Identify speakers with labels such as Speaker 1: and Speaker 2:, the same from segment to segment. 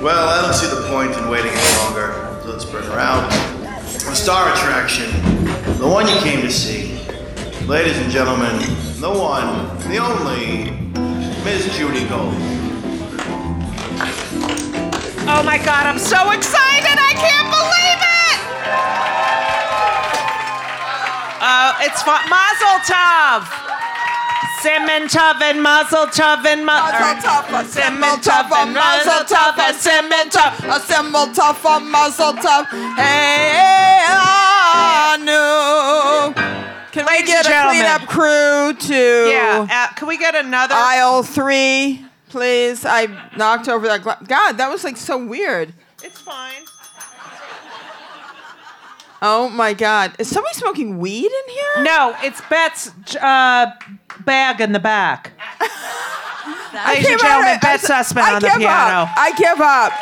Speaker 1: Well, I don't see the point in waiting any longer. So let's bring her out. The star attraction, the one you came to see. Ladies and gentlemen, the one, the only, Miss Judy Gold.
Speaker 2: Oh my God, I'm so excited! I can't believe it! Uh, it's for Mazel Tov! Simon Tov and Mazel Tov and
Speaker 3: Mazel tov, a
Speaker 2: Simon
Speaker 3: simul
Speaker 2: Tov
Speaker 3: tov, a
Speaker 2: and Mazel
Speaker 3: mazel tov,
Speaker 2: Tov
Speaker 3: a
Speaker 2: and
Speaker 3: simul tov, a simul tov, a mazel tov. Hey, Anu. Can we
Speaker 2: Ladies and
Speaker 3: get a
Speaker 2: gentlemen.
Speaker 3: cleanup crew to
Speaker 2: Yeah, uh, can we get another?
Speaker 3: aisle three, please? I knocked over that glass. God, that was like so weird.
Speaker 2: it's fine.
Speaker 3: Oh my God. Is somebody smoking weed in here?
Speaker 2: No, it's Bet's uh, bag in the back. Ladies and
Speaker 3: Give her-
Speaker 2: gentlemen, Bet Sussman
Speaker 3: I
Speaker 2: on the
Speaker 3: give
Speaker 2: piano.
Speaker 3: Up. I give up.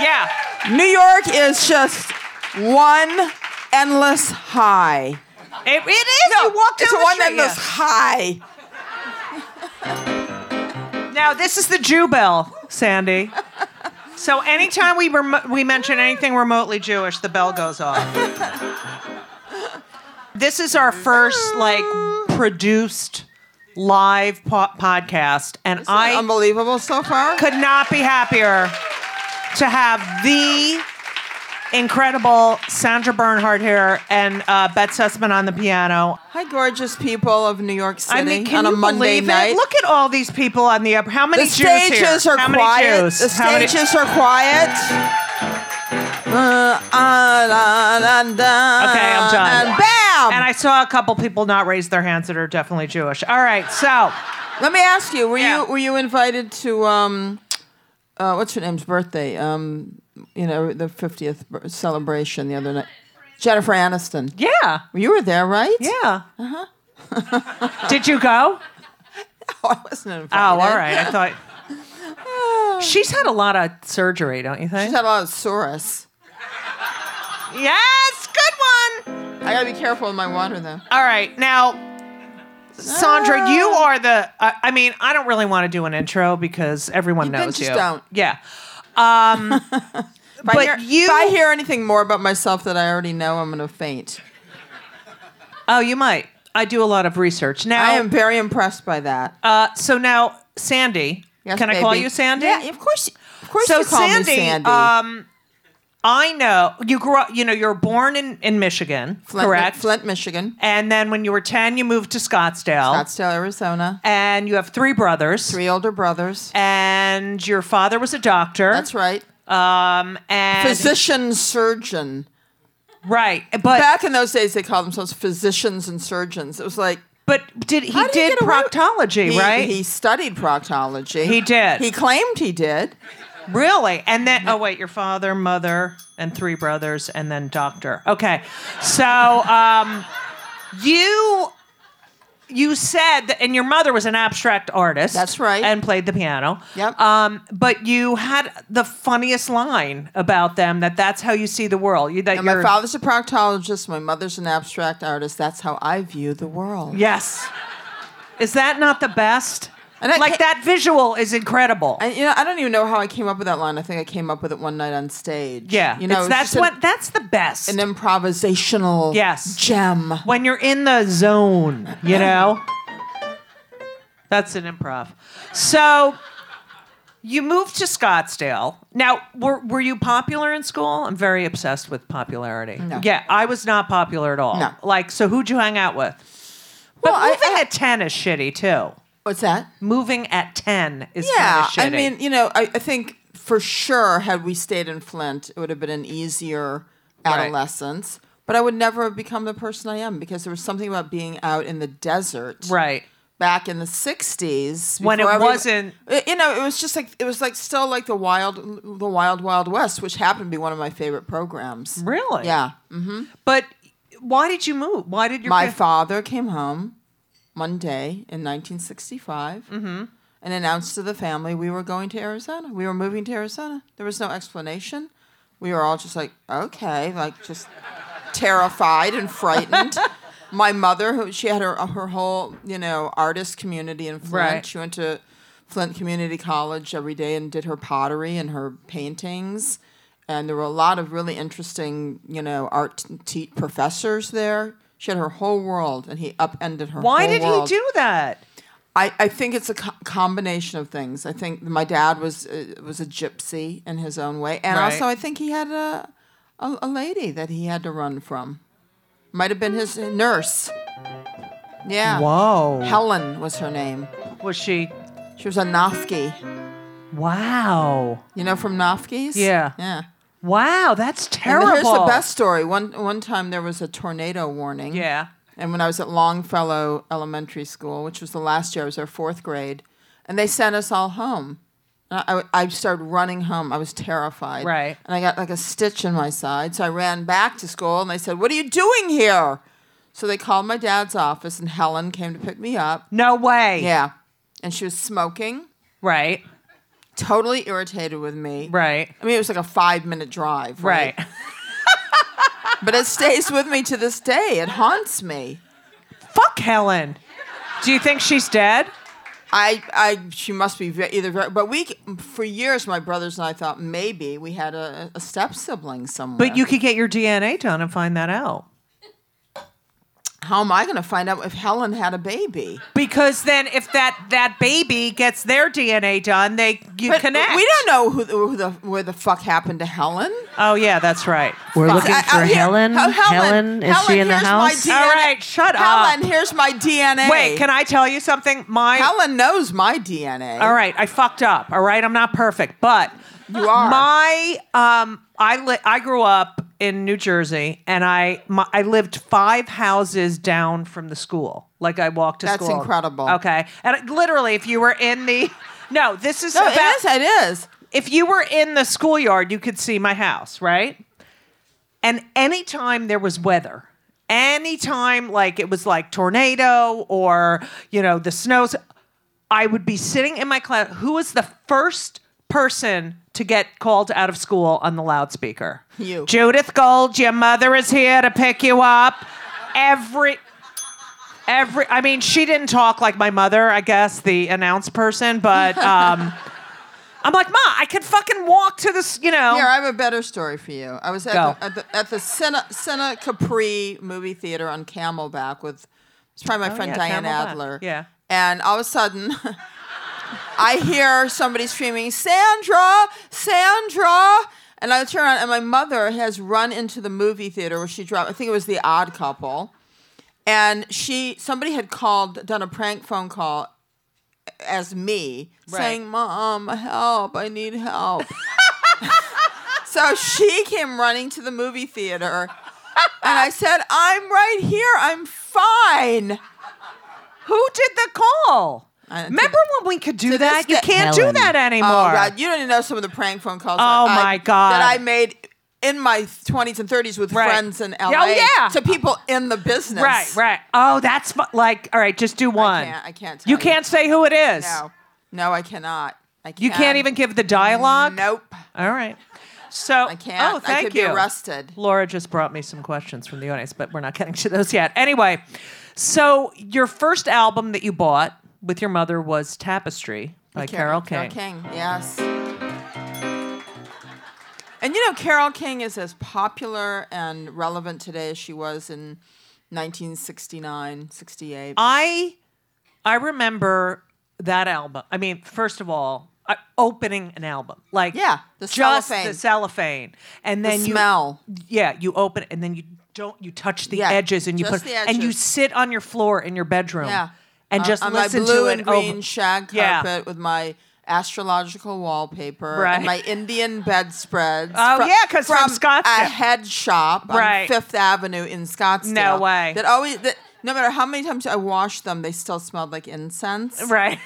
Speaker 2: Yeah.
Speaker 3: New York is just one endless high.
Speaker 2: It, it is. you walk down
Speaker 3: it's
Speaker 2: the
Speaker 3: one
Speaker 2: street.
Speaker 3: endless high.
Speaker 2: Now this is the Jew bell, Sandy. So anytime we remo- we mention anything remotely Jewish, the bell goes off. this is our first like produced live po- podcast, and I
Speaker 3: unbelievable so far.
Speaker 2: could not be happier to have the incredible Sandra Bernhardt here and uh, Bet Sussman on the piano.
Speaker 3: Hi, gorgeous people of New York City
Speaker 2: I mean, can
Speaker 3: on a
Speaker 2: you
Speaker 3: Monday
Speaker 2: believe
Speaker 3: night.
Speaker 2: it? Look at all these people on the upper. How
Speaker 3: the
Speaker 2: many Jews
Speaker 3: stages
Speaker 2: here?
Speaker 3: are
Speaker 2: How
Speaker 3: quiet.
Speaker 2: Many Jews?
Speaker 3: The
Speaker 2: How many-
Speaker 3: stages are quiet. Uh, ah, la, la, da.
Speaker 2: Okay, I'm done.
Speaker 3: And bam!
Speaker 2: And I saw a couple people not raise their hands that are definitely Jewish. All right, so
Speaker 3: Let me ask you: Were
Speaker 2: Yeah.
Speaker 3: you were you invited to um, uh, what's her name's birthday? Um, you know the fiftieth celebration the other night. Jennifer Aniston.
Speaker 2: yeah,
Speaker 3: You were there, right?
Speaker 2: yeah. Uh-huh. Did you go?
Speaker 3: Oh, I wasn't invited.
Speaker 2: Oh, all right. I thought she's had a lot of surgery, don't you
Speaker 3: She's
Speaker 2: think?
Speaker 3: had a lot of saurus.
Speaker 2: Yes, good one.
Speaker 3: I gotta be careful with my water though.
Speaker 2: All right, now. Sandra, you are the. I I mean, I don't really want to do an intro because everyone
Speaker 3: You
Speaker 2: knows
Speaker 3: bitches
Speaker 2: you.
Speaker 3: don't.
Speaker 2: Yeah,
Speaker 3: If I
Speaker 2: But
Speaker 3: hear,
Speaker 2: you-
Speaker 3: if I hear anything more about myself that I already know, I'm gonna faint.
Speaker 2: Oh, you might. I do a lot of research now.
Speaker 3: I am very impressed by that.
Speaker 2: Uh, so now, Sandy.
Speaker 3: Yes,
Speaker 2: can I call
Speaker 3: baby.
Speaker 2: you Sandy?
Speaker 3: Yeah, of course. Of course,
Speaker 2: So
Speaker 3: you call
Speaker 2: Sandy,
Speaker 3: me Sandy.
Speaker 2: um, I know you grew up. You know, you're born in in Michigan,
Speaker 3: Flint,
Speaker 2: correct?
Speaker 3: Flint, Michigan,
Speaker 2: And then when you were ten, you moved to Scottsdale,
Speaker 3: Scottsdale, Arizona.
Speaker 2: and you have three brothers.
Speaker 3: Three older brothers.
Speaker 2: And your father was a doctor.
Speaker 3: That's right.
Speaker 2: Um, and
Speaker 3: Physician surgeon.
Speaker 2: right, but
Speaker 3: Back in those days, they called themselves physicians and surgeons. It was like
Speaker 2: but did he
Speaker 3: How
Speaker 2: did,
Speaker 3: did he get away with-
Speaker 2: proctology,
Speaker 3: he,
Speaker 2: right?
Speaker 3: he studied proctology.
Speaker 2: He did.
Speaker 3: He claimed he did.
Speaker 2: Really? And then, oh, wait, your father, mother, and three brothers, and then doctor. Okay. So, um, you. You said that, and your mother was an abstract artist.
Speaker 3: That's right.
Speaker 2: And played the piano.
Speaker 3: Yep.
Speaker 2: Um, but you had the funniest line about them that that's how you see the world. You, that
Speaker 3: And my
Speaker 2: you're-
Speaker 3: father's a proctologist. My mother's an abstract artist. That's how I view the world.
Speaker 2: Yes. Is that not the best?
Speaker 3: And I
Speaker 2: like
Speaker 3: can't-
Speaker 2: that visual is incredible.
Speaker 3: I, you know, I don't even know how I came up with that line. I think I came up with it one night on stage.
Speaker 2: yeah.
Speaker 3: you know,
Speaker 2: It's-
Speaker 3: it was
Speaker 2: that's
Speaker 3: just an-
Speaker 2: what. that's the best.
Speaker 3: an improvisational
Speaker 2: Yes.
Speaker 3: gem.
Speaker 2: when you're in the zone, you know? That's an improv. So you moved to Scottsdale. Now, were, were you popular in school? I'm very obsessed with popularity.
Speaker 3: No.
Speaker 2: Yeah, I was not popular at all.
Speaker 3: No.
Speaker 2: Like, so who'd you hang out with? But
Speaker 3: Well, I-
Speaker 2: moving
Speaker 3: I-
Speaker 2: at 10 is shitty, too.
Speaker 3: What's that?
Speaker 2: Moving at 10 is
Speaker 3: Yeah, I
Speaker 2: kind of shitty.
Speaker 3: mean, you know, I, I think for sure, had we stayed in Flint, it would have been an easier
Speaker 2: Right.
Speaker 3: adolescence. But I would never have become the person I am because there was something about being out in the desert,
Speaker 2: right.
Speaker 3: Back in the '60s,
Speaker 2: When it
Speaker 3: before every-
Speaker 2: wasn't-
Speaker 3: Uh, you know, it was just like it was like still like the wild, the wild, wild west, which happened to be one of my favorite programs.
Speaker 2: Really?
Speaker 3: Yeah,
Speaker 2: But why did you move? Why did your
Speaker 3: My
Speaker 2: fa-
Speaker 3: father came home one day in 1965 and announced to the family we were going to Arizona. We were moving to Arizona. There was no explanation. We were all just like, okay, like just terrified and frightened. my mother, who she had her her whole you know artist community in Flint.
Speaker 2: Right.
Speaker 3: She went to Flint Community College every day and did her pottery and her paintings. And there were a lot of really interesting, you know, art te- professors there. She had her whole world, and he upended her.
Speaker 2: Why
Speaker 3: whole
Speaker 2: did
Speaker 3: world.
Speaker 2: he do that?
Speaker 3: I, I think it's a co- combination of things. I think my dad was uh, was a gypsy in his own way, and
Speaker 2: Right.
Speaker 3: also I think he had a, a a lady that he had to run from. Might have been his nurse. Yeah.
Speaker 2: Whoa.
Speaker 3: Helen was her name.
Speaker 2: was she?
Speaker 3: She was a Nofke.
Speaker 2: Wow.
Speaker 3: You know from Nofkes?
Speaker 2: Yeah.
Speaker 3: Yeah.
Speaker 2: Wow, that's
Speaker 3: And
Speaker 2: terrible.
Speaker 3: here's the best story. One one time there was a tornado warning.
Speaker 2: Yeah.
Speaker 3: and when I was at Longfellow Elementary School, which was the last year, I was there fourth grade, and they sent us all home. And I, I I started running home. I was terrified.
Speaker 2: Right.
Speaker 3: And I got like a stitch in my side. So I ran back to school and they said, What are you doing here? So they called my dad's office and Helen came to pick me up.
Speaker 2: No way.
Speaker 3: Yeah. And she was smoking,
Speaker 2: Right.
Speaker 3: totally irritated with me.
Speaker 2: Right.
Speaker 3: I mean, it was like a five minute drive.
Speaker 2: Right.
Speaker 3: But it stays with me to this day. It haunts me.
Speaker 2: Fuck Helen. Do you think she's dead?
Speaker 3: I, I, she must be ve- either. Very, but we, for years, my brothers and I thought maybe we had a, a step sibling somewhere.
Speaker 2: But you could get your DNA done and find that out.
Speaker 3: how am I going to find out if Helen had a baby?
Speaker 2: Because then if that that baby gets their DNA done, they you
Speaker 3: But
Speaker 2: connect.
Speaker 3: We don't know who the, who the where the fuck happened to Helen.
Speaker 2: Oh yeah, that's right.
Speaker 4: We're
Speaker 3: Fuck.
Speaker 4: looking
Speaker 3: I- I-
Speaker 4: for
Speaker 3: here-
Speaker 4: Helen.
Speaker 3: Hel-
Speaker 4: Helen, is she
Speaker 3: Helen,
Speaker 4: in the
Speaker 3: here's my
Speaker 4: house?
Speaker 3: DNA.
Speaker 2: All right, shut up.
Speaker 3: Helen, here's my DNA.
Speaker 2: Wait, can I tell you something? My
Speaker 3: Helen knows my DNA.
Speaker 2: All right, I fucked up. All right, I'm not perfect, but
Speaker 3: You are.
Speaker 2: My um, I li- I grew up in New Jersey, and I my, I lived five houses down from the school. Like I walked to
Speaker 3: That's
Speaker 2: school.
Speaker 3: incredible.
Speaker 2: Okay, and it- literally, if you were in the no, this is
Speaker 3: No, it
Speaker 2: about
Speaker 3: is. It is.
Speaker 2: if you were in the schoolyard, you could see my house, right? And anytime there was weather, anytime like it was like tornado or, you know, the snows, I would be sitting in my class. Who was the first person to get called out of school on the loudspeaker?
Speaker 3: You.
Speaker 2: Judith Gold, your mother is here to pick you up. Every every i mean she didn't talk like my mother i guess the announce person but um i'm like ma i could fucking walk to this you know
Speaker 3: Here, I have a better story for you. I was at,
Speaker 2: Go.
Speaker 3: the, at the at the Cine, Cine Capri movie theater on Camelback with it's probably my friend
Speaker 2: Oh, yeah,
Speaker 3: Diane
Speaker 2: Camelback.
Speaker 3: Adler.
Speaker 2: Yeah.
Speaker 3: And all of a sudden, I hear somebody screaming, "Sandra, Sandra!" And I turn around, and my mother has run into the movie theater where she dropped. I think it was The Odd Couple, and she somebody had called, done a prank phone call as me
Speaker 2: Right.
Speaker 3: saying, Mom, help, I need help. so she came running to the movie theater and I said, I'm right here, I'm fine.
Speaker 2: who did the call
Speaker 3: I-
Speaker 2: remember when we could do
Speaker 3: To
Speaker 2: that
Speaker 3: this
Speaker 2: you
Speaker 3: day-
Speaker 2: can't
Speaker 4: Helen.
Speaker 2: do that anymore
Speaker 3: Oh, God, you don't even know some of the prank phone calls
Speaker 2: Oh,
Speaker 3: that I-
Speaker 2: my God.
Speaker 3: that I made in my 20s and 30s with
Speaker 2: Right.
Speaker 3: friends in
Speaker 2: Oh,
Speaker 3: LA
Speaker 2: yeah.
Speaker 3: to people in the business.
Speaker 2: right right oh that's fu- like all right just do one
Speaker 3: can't- I can't
Speaker 2: you
Speaker 3: tell you.
Speaker 2: can't say who it is
Speaker 3: No, no, I cannot. I can't.
Speaker 2: you can't even give the dialogue
Speaker 3: Nope.
Speaker 2: all right so
Speaker 3: I can't.
Speaker 2: oh thank
Speaker 3: I could
Speaker 2: you
Speaker 3: be arrested.
Speaker 2: Laura just brought me some questions from the audience, but we're not getting to those yet. Anyway, so your first album that you bought with your mother was Tapestry by Carol, King.
Speaker 3: Carol King, yes. And you know, Carol King is as popular and relevant today as she was in 1969, 68.
Speaker 2: I I remember that album. I mean, first of all, I, opening an album like
Speaker 3: Yeah, the
Speaker 2: just the
Speaker 3: cellophane.
Speaker 2: cellophane, and
Speaker 3: the
Speaker 2: then you
Speaker 3: smell.
Speaker 2: yeah you open it and then you don't you touch the
Speaker 3: Yeah,
Speaker 2: edges and you
Speaker 3: just
Speaker 2: put
Speaker 3: the
Speaker 2: and you
Speaker 3: edges.
Speaker 2: sit on your floor in your bedroom
Speaker 3: Yeah.
Speaker 2: and
Speaker 3: On-
Speaker 2: just
Speaker 3: on
Speaker 2: listen
Speaker 3: my blue
Speaker 2: to it
Speaker 3: and green
Speaker 2: over-
Speaker 3: shag carpet
Speaker 2: Yeah.
Speaker 3: with my astrological wallpaper
Speaker 2: Right.
Speaker 3: and my Indian bedspreads.
Speaker 2: Oh,
Speaker 3: fro-
Speaker 2: yeah, 'cause from
Speaker 3: a
Speaker 2: Scottsdale.
Speaker 3: head shop
Speaker 2: Right.
Speaker 3: on Fifth Avenue in Scottsdale.
Speaker 2: No way.
Speaker 3: That always that. No matter how many times I washed them, they still smelled like incense.
Speaker 2: right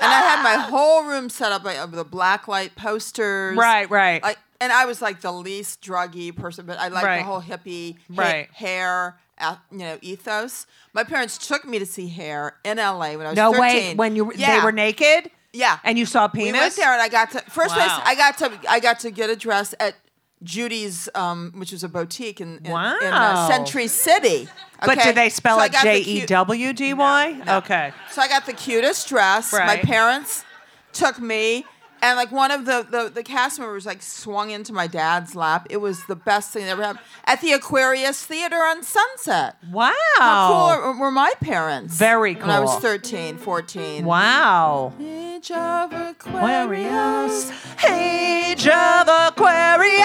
Speaker 3: And I had
Speaker 2: Ah.
Speaker 3: my whole room set up like, with the black light posters.
Speaker 2: right right
Speaker 3: Like, and I was like the least druggy person, but I liked
Speaker 2: Right.
Speaker 3: the whole hippie ha-
Speaker 2: Right.
Speaker 3: hair, uh, you know, ethos. My parents took me to see hair in LA when I was
Speaker 2: No
Speaker 3: 13.
Speaker 2: way. When you
Speaker 3: Yeah.
Speaker 2: they were naked.
Speaker 3: yeah,
Speaker 2: and you saw a
Speaker 3: we
Speaker 2: penis.
Speaker 3: went there, and I got to first place.
Speaker 2: Wow.
Speaker 3: I got to I got to get a dress at Judy's, um, which was a boutique in, in, in
Speaker 2: Wow.
Speaker 3: uh, Century City.
Speaker 2: But
Speaker 3: okay?
Speaker 2: do they spell
Speaker 3: So I
Speaker 2: it
Speaker 3: got the
Speaker 2: J
Speaker 3: cu-
Speaker 2: E W D Y?
Speaker 3: no.
Speaker 2: Okay.
Speaker 3: So I got the cutest dress. My
Speaker 2: Right.
Speaker 3: parents took me, and like one of the, the the cast members like swung into my dad's lap. It was the best thing that ever happened at the Aquarius Theater on Sunset.
Speaker 2: Wow.
Speaker 3: How cool were my parents?
Speaker 2: Oh. Very
Speaker 3: When I was
Speaker 2: cool.
Speaker 3: 13, 14.
Speaker 2: Wow.
Speaker 3: Age of Aquarius.
Speaker 2: Aquarius. Age of Aquarius.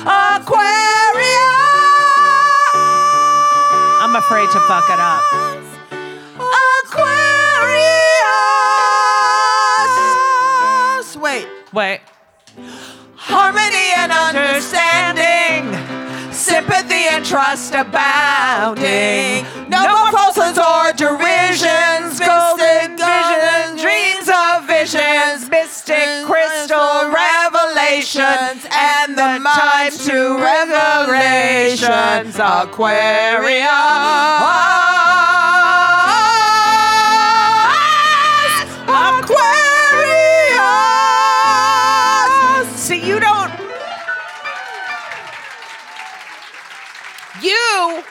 Speaker 2: Aquarius. I'm afraid to fuck it up. Aquarius.
Speaker 3: Aquarius. Wait.
Speaker 2: Wait. Harmony and understanding, sympathy and trust abounding. No more falsehoods or derisions, golden visions, dreams of visions, mystic crystal revelations, and the time to revelations. Aquarius. Aquarius. See, you don't. You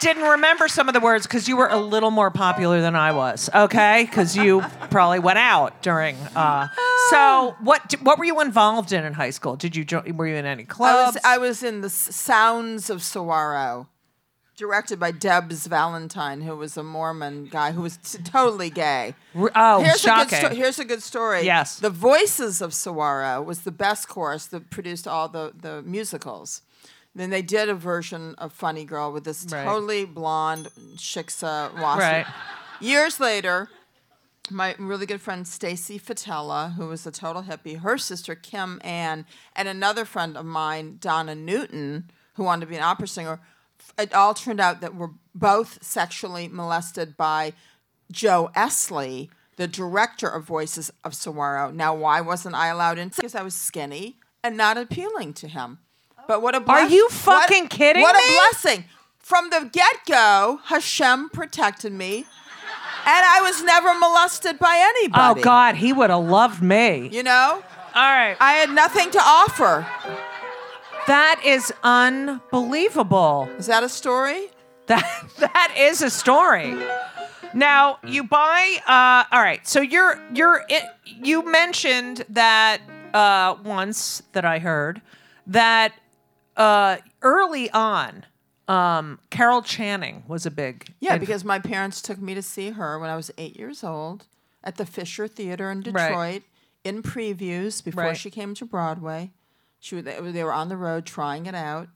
Speaker 2: didn't remember some of the words because you were a little more popular than I was. Okay, because you probably went out during. Uh,
Speaker 3: Ah.
Speaker 2: so what? d- What were you involved in in high school? Did you join? Were you in any
Speaker 3: I was,
Speaker 2: clubs?
Speaker 3: I was in the S- Sounds of Saguaro, directed by Debs Valentine, who was a Mormon guy who was t- totally gay.
Speaker 2: R- oh,
Speaker 3: here's
Speaker 2: shocking!
Speaker 3: A good sto- here's a good story.
Speaker 2: Yes.
Speaker 3: The Voices of Saguaro was the best chorus that produced all the, the musicals. Then they did a version of Funny Girl with this
Speaker 2: Right.
Speaker 3: totally blonde shiksa wasp.
Speaker 2: Right.
Speaker 3: Years later, my really good friend Stacy Fatella, who was a total hippie, her sister Kim Ann, and another friend of mine, Donna Newton, who wanted to be an opera singer, it all turned out that we're both sexually molested by Joe Esley, the director of Voices of Saguaro. Now, why wasn't I allowed in? Because I was skinny and not appealing to him. But what a blessing.
Speaker 2: you fucking kidding
Speaker 3: What
Speaker 2: me?
Speaker 3: a blessing. From the get go, Hashem protected me and I was never molested by
Speaker 2: Oh
Speaker 3: anybody.
Speaker 2: God, he would have loved me.
Speaker 3: You know,
Speaker 2: All right.
Speaker 3: I had nothing to offer.
Speaker 2: That is unbelievable.
Speaker 3: Is that a story?
Speaker 2: That that is a story. Now you buy. Uh, all right. So you're you're it, you mentioned that uh, once that I heard that uh, early on, um, Carol Channing was a big uh,
Speaker 3: Yeah,
Speaker 2: inf-
Speaker 3: because my parents took me to see her when I was eight years old at the Fisher Theater in Detroit
Speaker 2: Right.
Speaker 3: in previews before
Speaker 2: Right.
Speaker 3: she came to Broadway. She they they were on the road trying it out.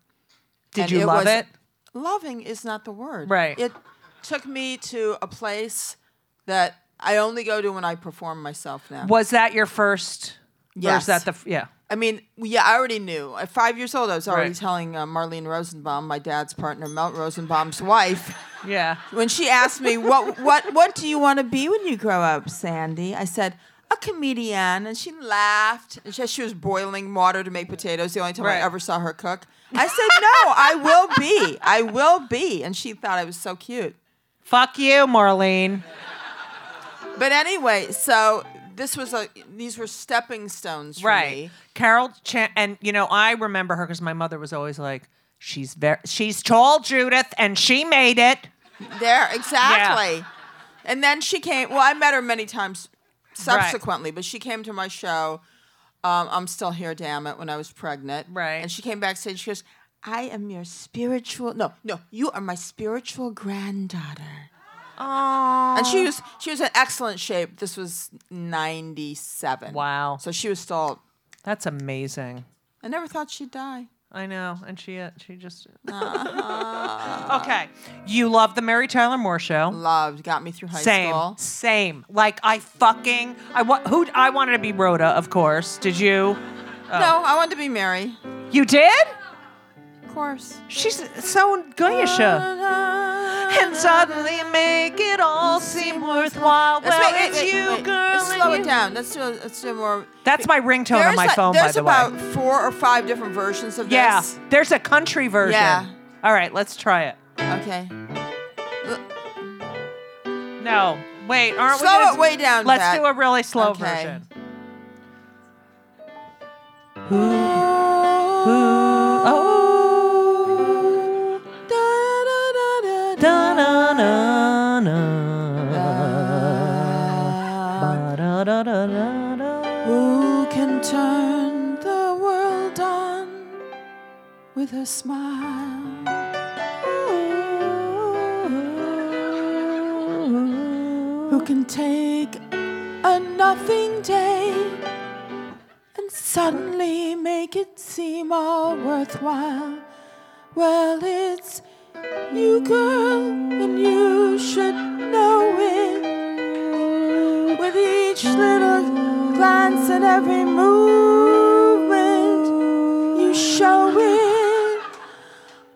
Speaker 2: did
Speaker 3: and
Speaker 2: you
Speaker 3: it
Speaker 2: love
Speaker 3: was-
Speaker 2: it?
Speaker 3: Loving is not the word.
Speaker 2: Right.
Speaker 3: It took me to a place that I only go to when I perform myself now.
Speaker 2: Was that your first? Or
Speaker 3: Yes.
Speaker 2: is that the f- yeah?
Speaker 3: I mean, yeah, I already knew. At five years old, I was already
Speaker 2: Right.
Speaker 3: telling uh, Marlene Rosenbaum, my dad's partner, Mount Rosenbaum's wife,
Speaker 2: Yeah.
Speaker 3: when she asked me, "What, what, what do you want to be when you grow up, Sandy?" I said, "A comedian," and she laughed. And she, she was boiling water to make potatoes. The only time
Speaker 2: Right.
Speaker 3: I ever saw her cook. I said, "No, I will be. I will be," and she thought I was so cute.
Speaker 2: Fuck you, Marlene.
Speaker 3: But anyway, so this was a these were stepping stones for
Speaker 2: right.
Speaker 3: me.
Speaker 2: Carol Chan, and you know, I remember her because my mother was always like, "She's very, she's tall, Judith, and she made it."
Speaker 3: There, exactly. And then she came. Well, I met her many times subsequently, but she came to my show. Um, I'm still here, damn it, when I was pregnant.
Speaker 2: Right.
Speaker 3: And she came backstage. She goes, I am your spiritual. No, no, you are my spiritual granddaughter.
Speaker 2: Oh,
Speaker 3: And she was she was in excellent shape. This was '97.
Speaker 2: Wow.
Speaker 3: So she was still.
Speaker 2: that's amazing.
Speaker 3: I never thought she'd die.
Speaker 2: I know, and she uh, she just okay. You love the Mary Tyler Moore show.
Speaker 3: Loved, got me through high
Speaker 2: Same,
Speaker 3: school.
Speaker 2: same. Like I fucking I wa- who I wanted to be Rhoda, of course. Did you? Oh.
Speaker 3: No, I wanted to be Mary.
Speaker 2: You did?
Speaker 3: Of course.
Speaker 2: She's so goyish. and suddenly make it all seem worthwhile.
Speaker 3: Let's
Speaker 2: Well,
Speaker 3: make-
Speaker 2: it's
Speaker 3: wait, wait,
Speaker 2: you,
Speaker 3: wait.
Speaker 2: girl.
Speaker 3: Let's
Speaker 2: and
Speaker 3: slow
Speaker 2: you-
Speaker 3: it down. Let's do. Let's do more.
Speaker 2: That's my ringtone on my
Speaker 3: like-
Speaker 2: phone, by
Speaker 3: There's
Speaker 2: the
Speaker 3: about
Speaker 2: way.
Speaker 3: four or five different versions of
Speaker 2: Yeah,
Speaker 3: this.
Speaker 2: there's a country version.
Speaker 3: Yeah.
Speaker 2: All right, let's try it.
Speaker 3: Okay. L-
Speaker 2: No, wait, aren't we?
Speaker 3: Slow
Speaker 2: gonna
Speaker 3: it
Speaker 2: do-
Speaker 3: way down,
Speaker 2: Let's
Speaker 3: Pat.
Speaker 2: do a really slow
Speaker 3: Okay.
Speaker 2: version. oh. Da, na, na, na. Ba, da, da, da, da, da.
Speaker 3: Who can turn the world on with her smile? Who can take a nothing day and suddenly make it seem all worthwhile? Well, it's you, girl, and you should know it. With each little glance and every movement, you show it.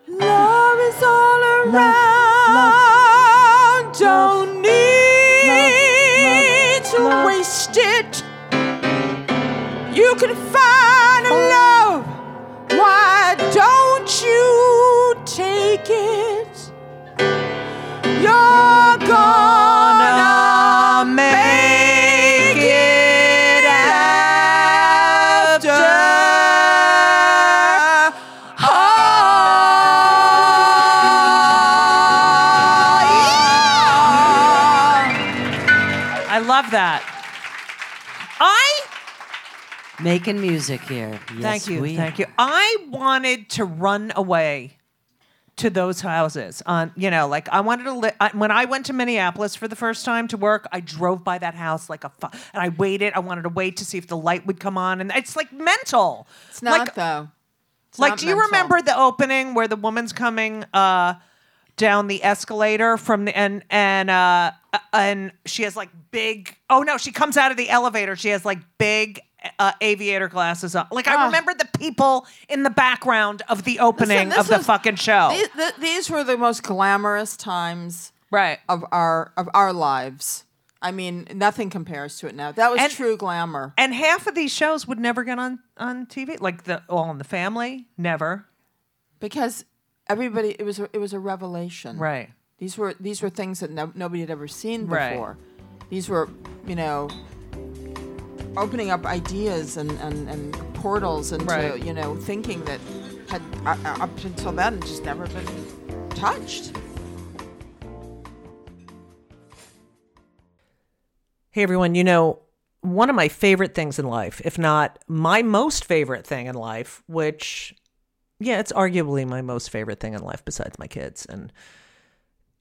Speaker 3: Love is all around. Don't need to waste it. You can find a love. Why don't you take it? You're gonna make it Ah. after all.
Speaker 2: I love that. I
Speaker 4: Making music here. Yes,
Speaker 2: Thank you.
Speaker 4: we
Speaker 2: Thank
Speaker 4: are.
Speaker 2: you. I wanted to run away to those houses on you know like I wanted to li- I, when I went to Minneapolis for the first time to work I drove by that house like a fu- and I waited I wanted to wait to see if the light would come on and it's like mental
Speaker 3: It's not
Speaker 2: like
Speaker 3: though. It's
Speaker 2: like
Speaker 3: not
Speaker 2: do you
Speaker 3: mental.
Speaker 2: remember the opening where the woman's coming uh down the escalator from the and and uh uh, and she has like big oh no she comes out of the elevator she has like big uh, aviator glasses on like i
Speaker 3: Ah.
Speaker 2: remember the people in the background of the opening
Speaker 3: Listen, this
Speaker 2: of the
Speaker 3: is-
Speaker 2: fucking show
Speaker 3: These, th- these were the most glamorous times
Speaker 2: right
Speaker 3: of our of our lives. I mean, nothing compares to it now. That was
Speaker 2: And-
Speaker 3: true glamour.
Speaker 2: and half of these shows would never get on on tv like the all in the family never
Speaker 3: because everybody it was a, it was a revelation.
Speaker 2: right
Speaker 3: These were these were things that no, nobody had ever seen
Speaker 2: Right.
Speaker 3: before. These were, you know, opening up ideas and and, and portals into
Speaker 2: Right.
Speaker 3: you know thinking that had uh, uh, up until then just never been touched.
Speaker 2: Hey everyone, you know, one of my favorite things in life, if not my most favorite thing in life, which yeah, it's arguably my most favorite thing in life besides my kids and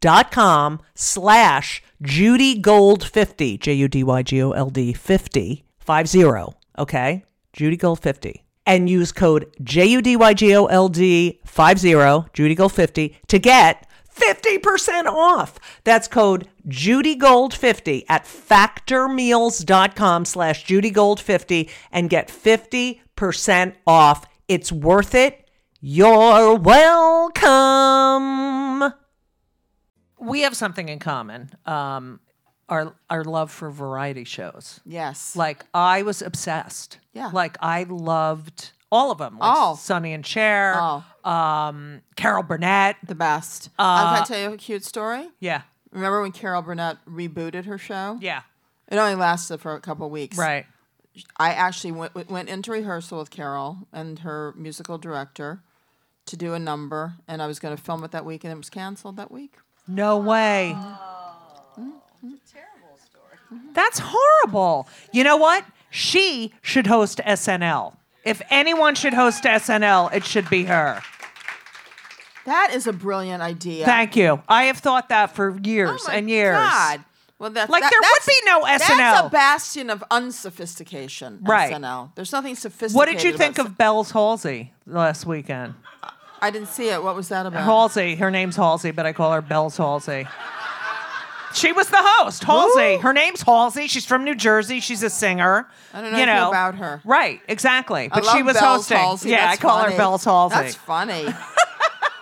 Speaker 2: dot com slash Judy Gold 50, J U D Y G O L D 50, 50, okay? Judy Gold 50 and use code J U D Y G O L D 50 Judy Gold 50 to get
Speaker 5: 50% off. That's code JudyGold50 at factormeals.com slash JudyGold50 and get 50% off. It's worth it. You're welcome.
Speaker 2: We have something in common. Um, our our love for variety shows.
Speaker 3: Yes.
Speaker 2: Like I was obsessed.
Speaker 3: Yeah.
Speaker 2: Like I loved all of them. Like
Speaker 3: All.
Speaker 2: Sonny and Cher.
Speaker 3: All.
Speaker 2: Um, Carol Burnett.
Speaker 3: the best.
Speaker 2: Uh,
Speaker 3: Um, can I tell you a cute story?
Speaker 2: Yeah.
Speaker 3: Remember when Carol Burnett rebooted her show?
Speaker 2: Yeah.
Speaker 3: It only lasted for a couple weeks.
Speaker 2: Right.
Speaker 3: I actually went went into rehearsal with Carol and her musical director to do a number, and I was going to film it that week, and it was canceled that week.
Speaker 2: No way.
Speaker 3: Oh.
Speaker 2: That's horrible. You know what? She should host SNL. If anyone should host SNL, it should be her.
Speaker 3: That is a brilliant idea.
Speaker 2: Thank you. I have thought that for
Speaker 3: Oh
Speaker 2: years
Speaker 3: my
Speaker 2: and years.
Speaker 3: God. Well, that,
Speaker 2: Like,
Speaker 3: that-
Speaker 2: there would
Speaker 3: that's-
Speaker 2: be no
Speaker 3: That's
Speaker 2: SNL.
Speaker 3: a bastion of unsophistication.
Speaker 2: Right.
Speaker 3: SNL. There's nothing sophisticated.
Speaker 2: What did you think
Speaker 3: about
Speaker 2: of Bell's Halsey last weekend?
Speaker 3: s- I didn't see it. What was that about?
Speaker 2: Um, Halsey, her name's Halsey, but I call her Bell's Halsey. She was the host, Halsey. Her name's Halsey. She's from New Jersey. She's a singer.
Speaker 3: I don't know
Speaker 2: you
Speaker 3: anything
Speaker 2: know
Speaker 3: about her.
Speaker 2: Right, exactly.
Speaker 3: I
Speaker 2: But
Speaker 3: love
Speaker 2: she was
Speaker 3: Bell's
Speaker 2: hosting.
Speaker 3: Halsey.
Speaker 2: Yeah,
Speaker 3: That's
Speaker 2: I call
Speaker 3: funny.
Speaker 2: her Bell's Halsey.
Speaker 3: That's funny.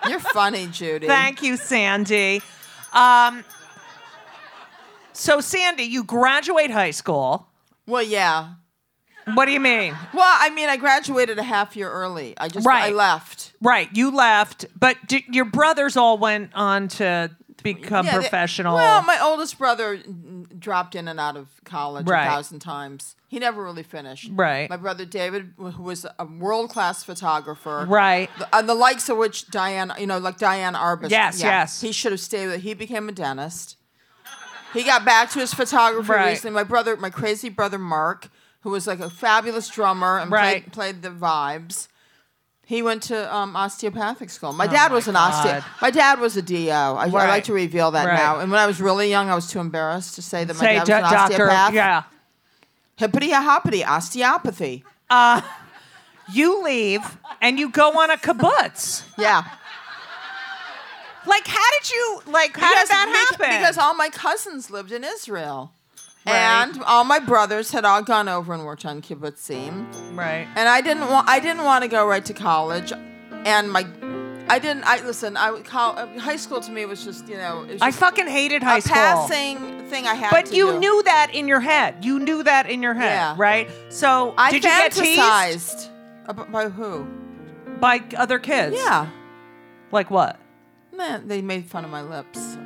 Speaker 3: You're funny, Judy.
Speaker 2: Thank you, Sandy. Um, so, Sandy, you graduate high school.
Speaker 3: Well, yeah.
Speaker 2: What do you mean?
Speaker 3: Well, I mean, I graduated a half year early. I just I
Speaker 2: Right.
Speaker 3: left.
Speaker 2: Right, you left, but d- your brothers all went on to become
Speaker 3: Yeah, they-
Speaker 2: professional.
Speaker 3: well, my oldest brother mm, dropped in and out of college
Speaker 2: Right.
Speaker 3: a thousand times. He never really finished.
Speaker 2: Right.
Speaker 3: My brother David, wh- who was a world class photographer.
Speaker 2: Right.
Speaker 3: th- And the likes of which Diane, you know, like Diane Arbus.
Speaker 2: Yes, yes.
Speaker 3: He should have stayed with. He became a dentist. He got back to his photography
Speaker 2: Right.
Speaker 3: recently. My brother, my crazy brother Mark, who was like a fabulous drummer and
Speaker 2: Right.
Speaker 3: played, played the vibes. He went to um, osteopathic school. My dad was an
Speaker 2: Oh God.
Speaker 3: osteo. My dad was a DO. I, I like
Speaker 2: Right.
Speaker 3: to reveal that
Speaker 2: Right.
Speaker 3: now. And when I was really young, I was too embarrassed to say that my
Speaker 2: Say,
Speaker 3: dad was
Speaker 2: "Do-
Speaker 3: an
Speaker 2: doctor,
Speaker 3: osteopath.
Speaker 2: yeah.
Speaker 3: Hippity hoppity, osteopathy.
Speaker 2: You leave and you go on a kibbutz.
Speaker 3: Yeah.
Speaker 2: Like, how did you, like, how did that
Speaker 3: bec-
Speaker 2: happen?
Speaker 3: Because all my cousins lived in Israel.
Speaker 2: Right.
Speaker 3: And all my brothers had all gone over and worked on kibbutzim.
Speaker 2: right.
Speaker 3: and I didn't want I didn't want to go right to college, and my I didn't I listen I would call uh, high school to me was just you know it was
Speaker 2: I
Speaker 3: just
Speaker 2: fucking hated high
Speaker 3: a
Speaker 2: school.
Speaker 3: passing thing I had.
Speaker 2: But
Speaker 3: to
Speaker 2: you
Speaker 3: do.
Speaker 2: knew that in your head. You knew that in your head,
Speaker 3: Yeah.
Speaker 2: right? So,
Speaker 3: I
Speaker 2: did you get teased
Speaker 3: fantasized about, by who?
Speaker 2: by other kids?
Speaker 3: Yeah,
Speaker 2: Like what?
Speaker 3: Man, they made fun of my lips.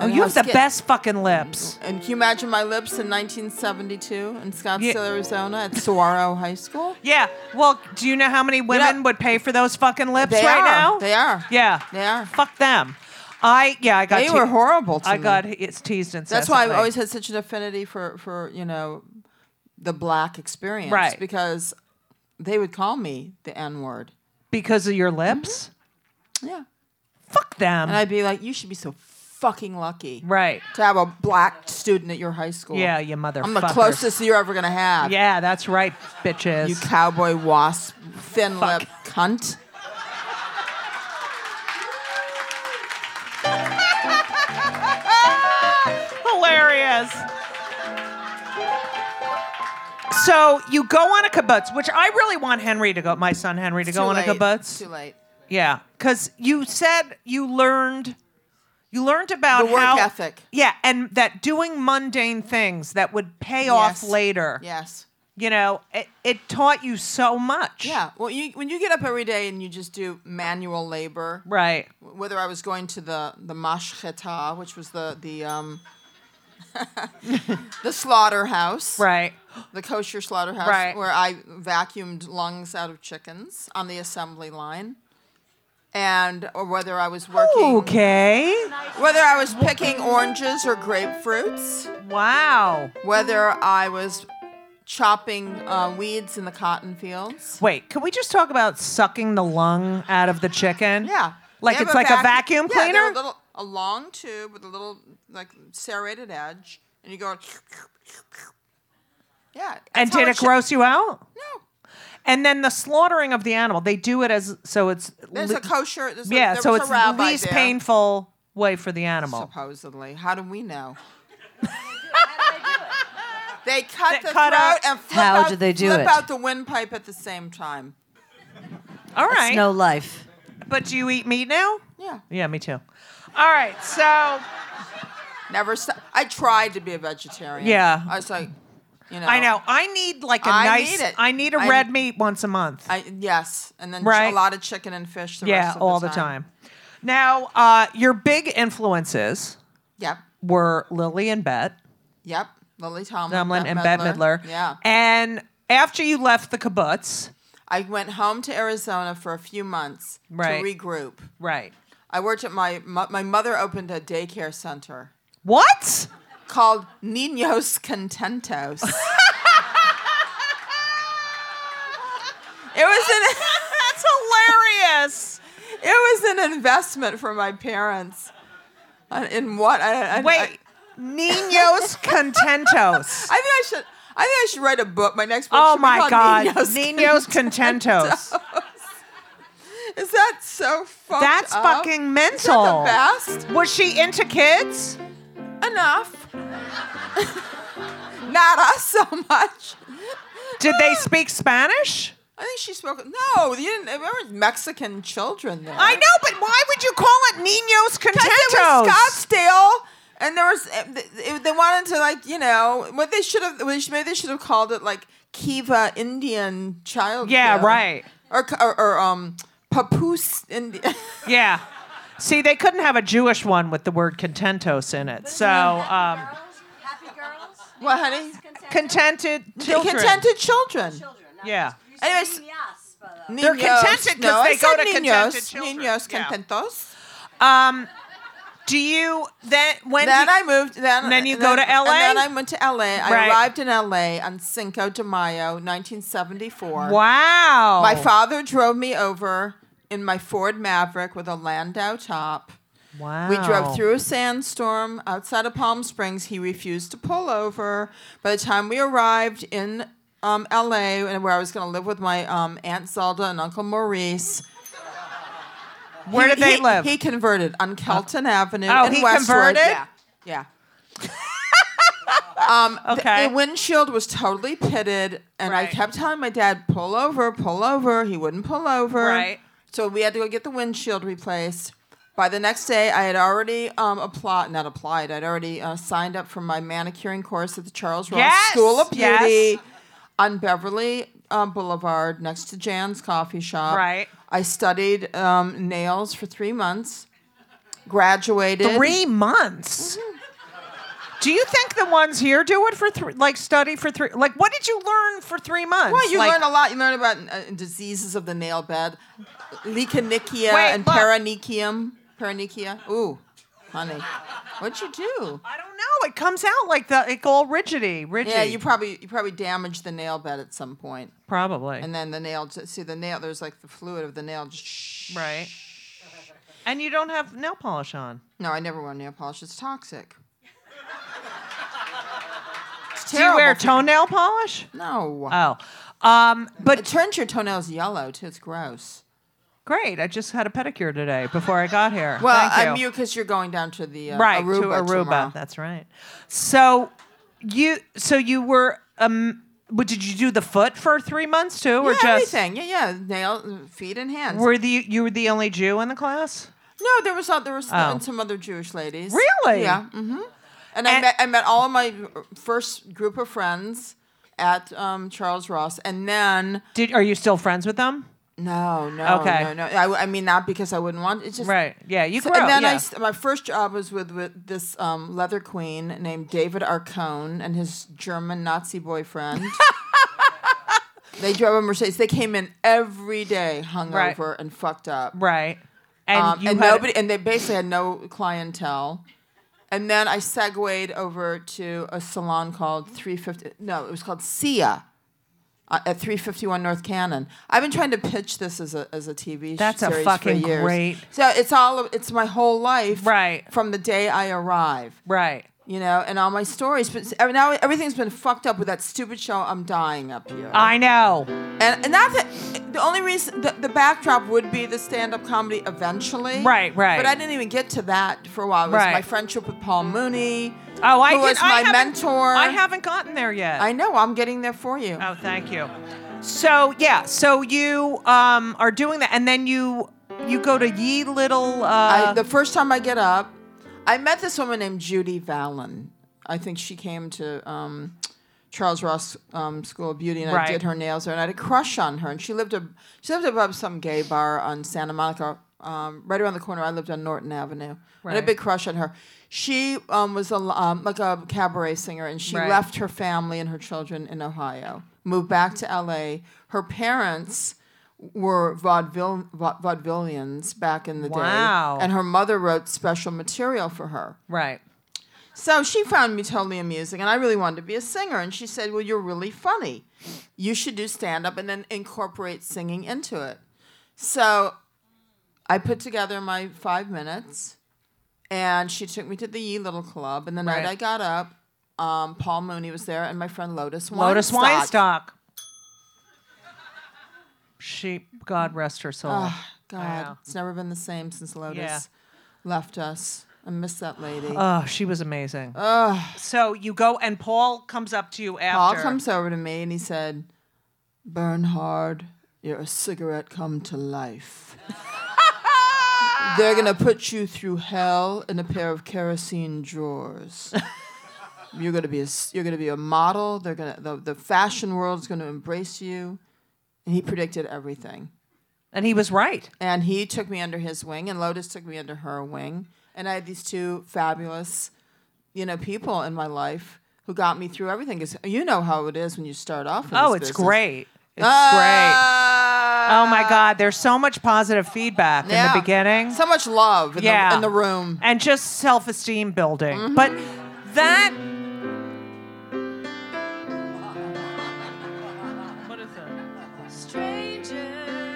Speaker 2: Oh, you have the best fucking lips.
Speaker 3: And can you imagine my lips in 1972 in Scottsdale,
Speaker 2: Yeah.
Speaker 3: Arizona, at Saguaro High School?
Speaker 2: Yeah. Well, do you know how many women would pay for those fucking lips
Speaker 3: They
Speaker 2: right
Speaker 3: are.
Speaker 2: now?
Speaker 3: They are.
Speaker 2: Yeah.
Speaker 3: They are.
Speaker 2: Fuck them. I yeah. I got.
Speaker 3: They
Speaker 2: te-
Speaker 3: were horrible to
Speaker 2: I
Speaker 3: me.
Speaker 2: got it's teased and
Speaker 3: That's why I've always had such an affinity for for you know the black experience,
Speaker 2: Right.
Speaker 3: Because they would call me the N word.
Speaker 2: because of your
Speaker 3: Mm-hmm.
Speaker 2: lips.
Speaker 3: Yeah,
Speaker 2: Fuck them.
Speaker 3: and I'd be like, you should be so fucking lucky,
Speaker 2: right.
Speaker 3: to have a black student at your high school.
Speaker 2: Yeah, you motherfucker.
Speaker 3: I'm the closest you're ever gonna have.
Speaker 2: Yeah, that's right, bitches.
Speaker 3: you cowboy wasp, thin lip cunt.
Speaker 2: Hilarious. So you go on a kibbutz, which I really want Henry to go. My son Henry to go
Speaker 3: Too
Speaker 2: on
Speaker 3: late.
Speaker 2: a kibbutz.
Speaker 3: Too late.
Speaker 2: Yeah, because you said you learned, you learned about
Speaker 3: The work
Speaker 2: how,
Speaker 3: ethic.
Speaker 2: Yeah, and that doing mundane things that would pay off
Speaker 3: Yes.
Speaker 2: later.
Speaker 3: Yes.
Speaker 2: you know, it, it taught you so much.
Speaker 3: Yeah. Well, you, when you get up every day and you just do manual labor,
Speaker 2: right.
Speaker 3: whether I was going to the the mashcheta, which was the the um, the slaughterhouse,
Speaker 2: Right.
Speaker 3: the kosher slaughterhouse,
Speaker 2: Right.
Speaker 3: where I vacuumed lungs out of chickens on the assembly line, and or whether I was working,
Speaker 2: Okay.
Speaker 3: whether I was picking oranges or grapefruits,
Speaker 2: Wow.
Speaker 3: whether I was chopping uh, weeds in the cotton fields.
Speaker 2: Wait, can we just talk about sucking the lung out of the chicken?
Speaker 3: Yeah.
Speaker 2: Like
Speaker 3: They
Speaker 2: it's
Speaker 3: have
Speaker 2: like a vacuum
Speaker 3: yeah, they're
Speaker 2: cleaner?
Speaker 3: A little a long tube with a little like serrated edge, and you go. Yeah. that's
Speaker 2: and
Speaker 3: how
Speaker 2: did it
Speaker 3: it should-
Speaker 2: gross you out?
Speaker 3: No.
Speaker 2: And then the slaughtering of the animal, they do it as so it's
Speaker 3: There's
Speaker 2: le-
Speaker 3: a kosher. There's a,
Speaker 2: yeah,
Speaker 3: there
Speaker 2: so
Speaker 3: was
Speaker 2: it's
Speaker 3: a rabbi
Speaker 2: least
Speaker 3: there.
Speaker 2: painful way for the animal.
Speaker 3: supposedly. How do we know? They cut
Speaker 2: They
Speaker 3: the
Speaker 2: cut
Speaker 3: throat
Speaker 2: out-
Speaker 3: and flip,
Speaker 4: How
Speaker 3: out,
Speaker 4: do they do
Speaker 3: flip
Speaker 4: it?
Speaker 3: out the windpipe at the same time.
Speaker 2: All right.
Speaker 4: It's no life.
Speaker 2: But do you eat meat now?
Speaker 3: Yeah.
Speaker 2: Yeah, me too. All right. So
Speaker 3: Never. St- I tried to be a vegetarian.
Speaker 2: Yeah.
Speaker 3: I was like, you know.
Speaker 2: I know I need like a
Speaker 3: I
Speaker 2: nice.
Speaker 3: need it.
Speaker 2: I need a
Speaker 3: I-
Speaker 2: red meat once a month.
Speaker 3: I, yes, and then ch-
Speaker 2: Right.
Speaker 3: a lot of chicken and fish. The
Speaker 2: yeah,
Speaker 3: rest of
Speaker 2: all
Speaker 3: the time.
Speaker 2: Now, uh, your big influences
Speaker 3: Yep.
Speaker 2: were Lily and Bet
Speaker 3: Yep. Lily Tomlin,
Speaker 2: Dumlin
Speaker 3: Bette
Speaker 2: and Bet Midler.
Speaker 3: Yeah.
Speaker 2: And after you left the kibbutz,
Speaker 3: I went home to Arizona for a few months
Speaker 2: Right.
Speaker 3: to regroup.
Speaker 2: right?
Speaker 3: I worked at my mo- my mother opened a daycare center
Speaker 2: What?
Speaker 3: called Niños Contentos. it was an
Speaker 2: That's hilarious.
Speaker 3: it was an investment for my parents. Uh, In what? I, I,
Speaker 2: Wait, Ninos Contentos.
Speaker 3: I think I should. I think I should write a book. My next book.
Speaker 2: Oh
Speaker 3: should be
Speaker 2: my
Speaker 3: called
Speaker 2: God,
Speaker 3: Niños
Speaker 2: Ninos Contentos.
Speaker 3: Is that so fucked
Speaker 2: That's
Speaker 3: up?
Speaker 2: fucking
Speaker 3: Is that
Speaker 2: mental.
Speaker 3: the best?
Speaker 2: Was she into kids?
Speaker 3: Enough. Not us so much.
Speaker 2: Did they speak Spanish?
Speaker 3: I think she spoke. No, you didn't. There were Mexican children there.
Speaker 2: I know, but why would you call it Ninos
Speaker 3: Because it
Speaker 2: Contentos?
Speaker 3: was Scottsdale, and there was they- they wanted to like you know what they should have. what they should- Maybe they should have called it like Kiva Indian Child.
Speaker 2: Yeah,
Speaker 3: Care.
Speaker 2: right.
Speaker 3: Or or, or um Papoose Indian.
Speaker 2: Yeah. See, they couldn't have a Jewish one with the word contentos in it. So, um,
Speaker 6: Happy girls?
Speaker 3: what, honey?
Speaker 2: contented children.
Speaker 3: Contented children.
Speaker 2: Yeah.
Speaker 3: Anyways,
Speaker 6: Yes, but uh,
Speaker 3: They're
Speaker 2: contented 'cause they go to contented children.
Speaker 3: Niños
Speaker 2: Yeah.
Speaker 3: contentos.
Speaker 2: Um, do you then when
Speaker 3: Then
Speaker 2: do-
Speaker 3: I moved. Then
Speaker 2: Then you go to LA?
Speaker 3: And then I went to LA.
Speaker 2: Right.
Speaker 3: I arrived in LA on Cinco de Mayo, 1974.
Speaker 2: Wow.
Speaker 3: My father drove me over in my Ford Maverick with a Landau top.
Speaker 2: Wow.
Speaker 3: We drove through a sandstorm outside of Palm Springs. He refused to pull over. By the time we arrived in um, LA, and where I was going to live with my um, Aunt Zelda and Uncle Maurice,
Speaker 2: Where did they
Speaker 3: he,
Speaker 2: live?
Speaker 3: He converted on Kelton Avenue.
Speaker 2: Oh,
Speaker 3: in
Speaker 2: he
Speaker 3: Westwood.
Speaker 2: converted?
Speaker 3: Yeah. yeah.
Speaker 2: okay.
Speaker 3: The windshield was totally pitted, and I
Speaker 2: Right.
Speaker 3: kept telling my dad, pull over, pull over. He wouldn't pull over.
Speaker 2: Right.
Speaker 3: So we had to go get the windshield replaced. By the next day, I had already um, applied, not applied, I'd already uh, signed up for my manicuring course at the Charles Ross
Speaker 2: Yes,
Speaker 3: School of
Speaker 2: yes.
Speaker 3: Beauty on Beverly um, Boulevard next to Jan's Coffee Shop.
Speaker 2: Right.
Speaker 3: I studied um, nails for three months, graduated.
Speaker 2: three months.
Speaker 3: Mm-hmm.
Speaker 2: Do you think the ones here do it for three? Like study for three? Like what did you learn for three months?
Speaker 3: Well, you
Speaker 2: like,
Speaker 3: learn a lot. You learn about uh, diseases of the nail bed, leukonychia
Speaker 2: Wait,
Speaker 3: and
Speaker 2: look.
Speaker 3: peronychium. Peronychia. Ooh, honey, what'd you do?
Speaker 2: I don't know. It comes out like the it all rigidy, rigid.
Speaker 3: Yeah, you probably you probably damaged the nail bed at some point,
Speaker 2: probably.
Speaker 3: and then the nail. Just, see the nail. There's like the fluid of the nail. Just
Speaker 2: right. And you don't have nail polish on.
Speaker 3: No, I never wear nail polish. It's toxic. It's
Speaker 2: Do you wear
Speaker 3: terrible for-
Speaker 2: toenail polish?
Speaker 3: No.
Speaker 2: Oh. Um,
Speaker 3: it
Speaker 2: but
Speaker 3: turns your toenails yellow too. It's gross.
Speaker 2: great. I just had a pedicure today before I got here.
Speaker 3: Well,
Speaker 2: Thank
Speaker 3: I'm
Speaker 2: you.
Speaker 3: you because you're going down to the uh,
Speaker 2: right
Speaker 3: Aruba
Speaker 2: to Aruba.
Speaker 3: tomorrow.
Speaker 2: That's right. So you so you were um what did you do the foot for 3 months too or
Speaker 3: yeah,
Speaker 2: just
Speaker 3: everything. Yeah, yeah. Nail, feet, and hands.
Speaker 2: were the you were the only Jew in the class?
Speaker 3: no, there was uh, there was
Speaker 2: Oh.
Speaker 3: some other Jewish ladies.
Speaker 2: Really?
Speaker 3: Yeah. Mm-hmm. And, I
Speaker 2: And-
Speaker 3: met I met all of my first group of friends at um, Charles Ross, and then
Speaker 2: Did are you still friends with them?
Speaker 3: no, no,
Speaker 2: Okay.
Speaker 3: no, no. I, I mean, not because I wouldn't want. It's just
Speaker 2: Right. Yeah, you
Speaker 3: So-
Speaker 2: grew.
Speaker 3: and then I
Speaker 2: yeah.
Speaker 3: s my first job was with, with this um, leather queen named David Arcone and his German Nazi boyfriend. they drove a Mercedes. They came in every day hungover
Speaker 2: Right.
Speaker 3: and fucked up.
Speaker 2: right. And
Speaker 3: um,
Speaker 2: you
Speaker 3: and
Speaker 2: had-
Speaker 3: nobody, and they basically had no clientele. And then I segued over to a salon called 350. No, it was called Sia. Uh, at 351 North Cannon. I've been trying to pitch this as a as a TV
Speaker 2: That's a
Speaker 3: series
Speaker 2: fucking
Speaker 3: for years.
Speaker 2: great-
Speaker 3: So it's all it's my whole life
Speaker 2: Right.
Speaker 3: from the day I arrive.
Speaker 2: right.
Speaker 3: you know, and all my stories. But s- now everything's been fucked up with that stupid show. I'm dying up here.
Speaker 2: I know.
Speaker 3: and and that's it. the only reason. The, the backdrop would be the stand-up comedy eventually.
Speaker 2: Right, right.
Speaker 3: But I didn't even get to that for a while. It was
Speaker 2: Right.
Speaker 3: my friendship with Paul Mooney.
Speaker 2: Oh, I
Speaker 3: who
Speaker 2: can-
Speaker 3: was
Speaker 2: I
Speaker 3: my
Speaker 2: haven't-
Speaker 3: mentor.
Speaker 2: I haven't gotten there yet.
Speaker 3: I know. I'm getting there for you.
Speaker 2: Oh, thank you. So yeah, so you um, are doing that, and then you you go to Ye Little. Uh,
Speaker 3: I, the first time I get up, I met this woman named Judy Vallon. I think she came to um, Charles Ross um, School of Beauty, and
Speaker 2: Right.
Speaker 3: I did her nails there, and I had a crush on her. And she lived a, she lived above some gay bar on Santa Monica, um, right around the corner. I lived on Norton Avenue. I had
Speaker 2: Right.
Speaker 3: a big crush on her. She um, was a, l- um, like a cabaret singer, and she
Speaker 2: Right.
Speaker 3: left her family and her children in Ohio, moved back to LA. Her parents were vaudeville, va- vaudevillians back in the day.
Speaker 2: Wow.
Speaker 3: And her mother wrote special material for her.
Speaker 2: right.
Speaker 3: So she found me totally amusing, and I really wanted to be a singer. And she said, Well, you're really funny. You should do stand up and then incorporate singing into it. So I put together my five minutes, and she took me to the Yee Little Club. And the
Speaker 2: Right.
Speaker 3: night I got up, um, Paul Mooney was there, and my friend Lotus Weinstock.
Speaker 2: Lotus Weinstock. She, God rest her soul.
Speaker 3: Oh,
Speaker 2: know.
Speaker 3: God, it's never been the same since Lotus
Speaker 2: Yeah.
Speaker 3: left us. I miss that lady.
Speaker 2: oh, she was amazing. so you go, and Paul comes up to you
Speaker 3: Paul
Speaker 2: after.
Speaker 3: comes over to me and he said, Bernhard, you're a cigarette come to life. They're going to put you through hell in a pair of kerosene drawers. you're going to be a, s- you're going to be a model. They're going to, the, the fashion world is going to embrace you. And he predicted everything.
Speaker 2: and he was right.
Speaker 3: And he took me under his wing, and Lotus took me under her wing. And I had these two fabulous, you know, people in my life who got me through everything. Because you know how it is when you start off. in
Speaker 2: Oh, it's
Speaker 3: this business.
Speaker 2: great. It's great.
Speaker 3: Ah!
Speaker 2: Oh my God, there's so much positive feedback in
Speaker 3: Yeah.
Speaker 2: the beginning.
Speaker 3: So much love in,
Speaker 2: yeah.
Speaker 3: the, in the room. Mm-hmm.
Speaker 2: And just self esteem building. But that. What is it?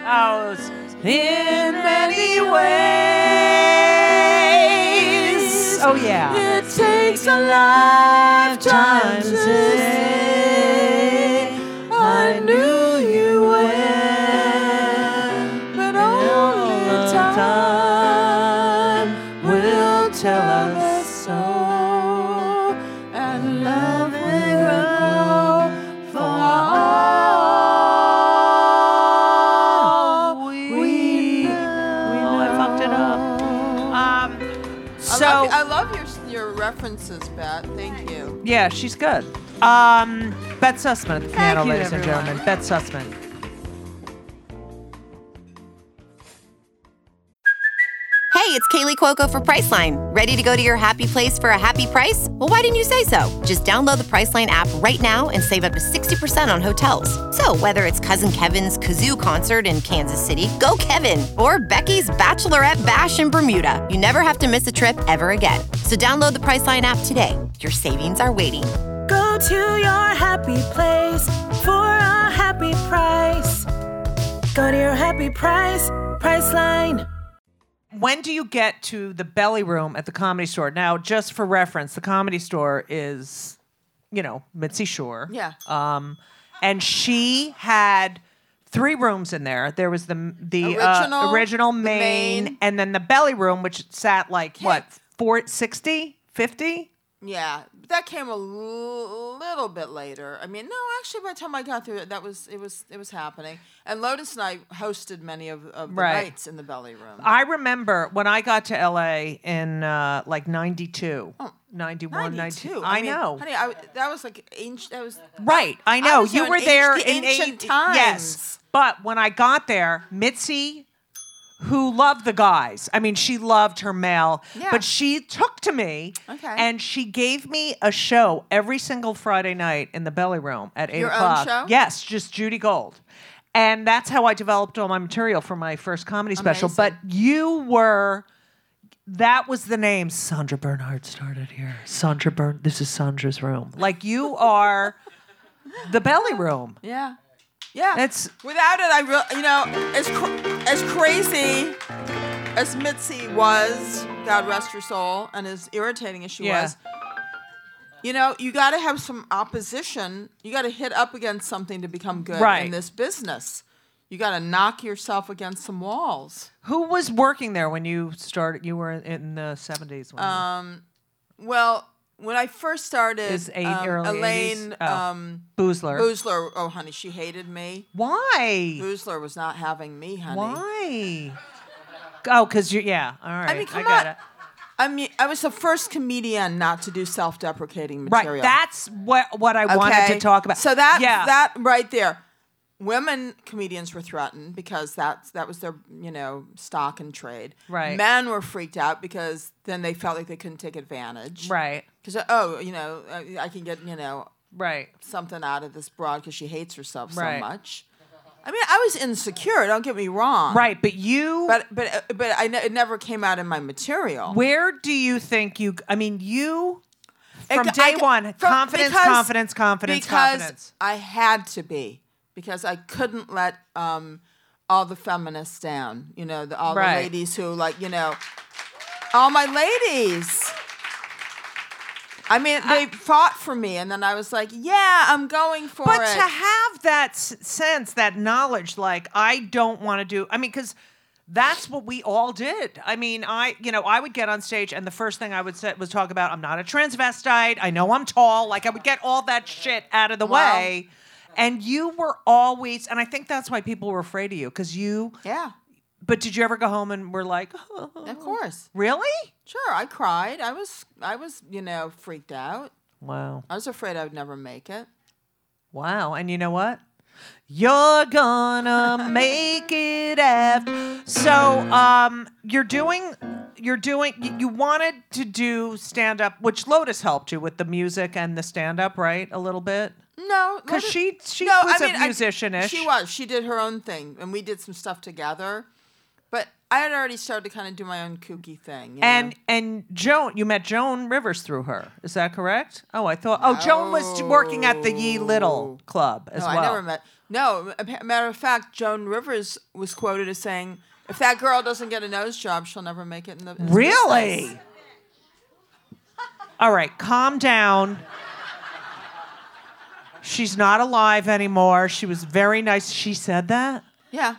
Speaker 2: Oh, it's-
Speaker 4: In many ways,
Speaker 2: oh yeah.
Speaker 4: it takes a lifetime to say I knew you well, but only time will tell us so. And love will grow for all we
Speaker 2: Oh, I fucked it up. Um,
Speaker 3: I
Speaker 2: so
Speaker 3: love, I love your your references, Bat. Thank you.
Speaker 2: yeah, she's good. Um, Bet Sussman at the piano,
Speaker 4: you,
Speaker 2: ladies and
Speaker 4: everyone.
Speaker 2: gentlemen. Bet Sussman.
Speaker 7: Hey, it's Kaylee Cuoco for Priceline. Ready to go to your happy place for a happy price? Well, why didn't you say so? Just download the Priceline app right now and save up to 60% on hotels. So, whether it's Cousin Kevin's Kazoo concert in Kansas City, go Kevin, or Becky's Bachelorette Bash in Bermuda, you never have to miss a trip ever again. So, download the Priceline app today. Your savings are waiting.
Speaker 8: Go to your happy place for a happy price. Go to your happy price, Priceline.
Speaker 2: When do you get to the belly room at the comedy store? Now, just for reference, the comedy store is, you know, Mitzi Shore.
Speaker 3: Yeah.
Speaker 2: Um, and she had three rooms in there. There was the the uh,
Speaker 3: Original,
Speaker 2: original
Speaker 3: the
Speaker 2: main,
Speaker 3: main.
Speaker 2: and then the belly room, which sat like what four, 60, 50?
Speaker 3: Yeah, but that came a l- little bit later. I mean, no, actually, by the time I got through it, that was it was it was happening. And Lotus and I hosted many of, of the
Speaker 2: Right.
Speaker 3: nights in the belly room.
Speaker 2: I remember when I got to LA in uh, like 92, 91, 92. I,
Speaker 3: mean,
Speaker 2: know.
Speaker 3: honey. Oh, I, that was like ancient. That was
Speaker 2: Right, I know
Speaker 3: was
Speaker 2: you
Speaker 3: there
Speaker 2: were
Speaker 3: in anci-
Speaker 2: there
Speaker 3: the
Speaker 2: in
Speaker 3: ancient
Speaker 2: eight- Yes,
Speaker 3: times.
Speaker 2: but when I got there, Mitzi, who loved the guys, I mean, she loved her male,
Speaker 3: Yeah.
Speaker 2: but she took to me,
Speaker 3: Okay.
Speaker 2: and she gave me a show every single Friday night in the belly room at eight
Speaker 3: Your own
Speaker 2: o'clock.
Speaker 3: show?
Speaker 2: Yes, just Judy Gold. And that's how I developed all my material for my first comedy special. But
Speaker 3: Amazing.
Speaker 2: you were that was the name Sandra Bernhard started here. Sandra Bern. This is Sandra's room. Like you are the belly room.
Speaker 3: yeah, yeah.
Speaker 2: It's-
Speaker 3: without it, I real you know as cr- as crazy as Mitzi was, God rest her soul, and as irritating as she
Speaker 2: Yeah.
Speaker 3: was, You know, you got to have some opposition. You got to hit up against something to become good
Speaker 2: Right.
Speaker 3: in this business. You got to knock yourself against some walls.
Speaker 2: Who was working there when you started? You were in the 70s. When
Speaker 3: Uh, Well, when I first started,
Speaker 2: Is eight-
Speaker 3: um,
Speaker 2: early
Speaker 3: Elaine
Speaker 2: 80s? Oh.
Speaker 3: um,
Speaker 2: you, Boozler.
Speaker 3: Boozler, oh honey, she hated me.
Speaker 2: Why?
Speaker 3: Boozler was not having me,
Speaker 2: Why?
Speaker 3: honey.
Speaker 2: Oh, because you, yeah. All right.
Speaker 3: mean, come
Speaker 2: got
Speaker 3: on.
Speaker 2: it.
Speaker 3: I mean, I was the first comedian not to do self-deprecating
Speaker 2: Right.
Speaker 3: material.
Speaker 2: That's what what I wanted to
Speaker 3: Okay?
Speaker 2: talk about.
Speaker 3: So that
Speaker 2: yeah.
Speaker 3: that right there, women comedians were threatened because that's that was their you know stock and trade.
Speaker 2: Right.
Speaker 3: Men were freaked out because then they felt like they couldn't take advantage.
Speaker 2: right.
Speaker 3: Because oh, you know, I, I can get you know
Speaker 2: Right.
Speaker 3: something out of this broad because she hates herself so
Speaker 2: Right.
Speaker 3: much. I mean, I was insecure. Don't get me wrong.
Speaker 2: Right. But you.
Speaker 3: But but but I ne- it never came out in my material.
Speaker 2: where do you think you? I mean, you.
Speaker 3: It-
Speaker 2: From day
Speaker 3: I-
Speaker 2: one,
Speaker 3: from-
Speaker 2: confidence,
Speaker 3: because-
Speaker 2: confidence, confidence,
Speaker 3: because
Speaker 2: confidence.
Speaker 3: I had to be because I couldn't let um, all the feminists down. You know, the, all
Speaker 2: Right.
Speaker 3: the ladies who like you know, all my ladies. I mean, they fought for me, and then I was like, "Yeah, I'm going for
Speaker 2: But
Speaker 3: it."
Speaker 2: to have that s- sense, that knowledge, like I don't want to do. I mean, because that's what we all did. I mean, I you know I would get on stage and the first thing I would say was talk about I'm not a transvestite. I know I'm tall. Like I would get all that shit out of the
Speaker 3: Wow.
Speaker 2: way. And you were always, and I think that's why people were afraid of you, because you.
Speaker 3: yeah,
Speaker 2: But did you ever go home and were like, Oh.
Speaker 3: of course,
Speaker 2: really?
Speaker 3: sure. I cried. I was, I was, you know, freaked out.
Speaker 2: Wow,
Speaker 3: I was afraid I would never make it.
Speaker 2: wow. And you know what? You're gonna make it after. So, um, you're doing, you're doing. y- You wanted to do stand up, which Lotus helped you with the music and the stand up, right? A little bit.
Speaker 3: No,
Speaker 2: 'Cause
Speaker 3: Mm, Lotus-
Speaker 2: she- she was a
Speaker 3: I-
Speaker 2: musician-ish.
Speaker 3: She was. She did her own thing, and we did some stuff together. But I had already started to kind of do my own kooky thing. you
Speaker 2: And
Speaker 3: know?
Speaker 2: and Joan, you met Joan Rivers through her. Is that correct? Oh, I thought. Oh, Joan was working at the Ye Little Club as
Speaker 3: no,
Speaker 2: well.
Speaker 3: I never met. No, a pa- matter of fact, Joan Rivers was quoted as saying, "If that girl doesn't get a nose job, she'll never make it in the in the business."
Speaker 2: Really? All right, calm down. She's not alive anymore. She was very nice. She said that.
Speaker 3: Yeah.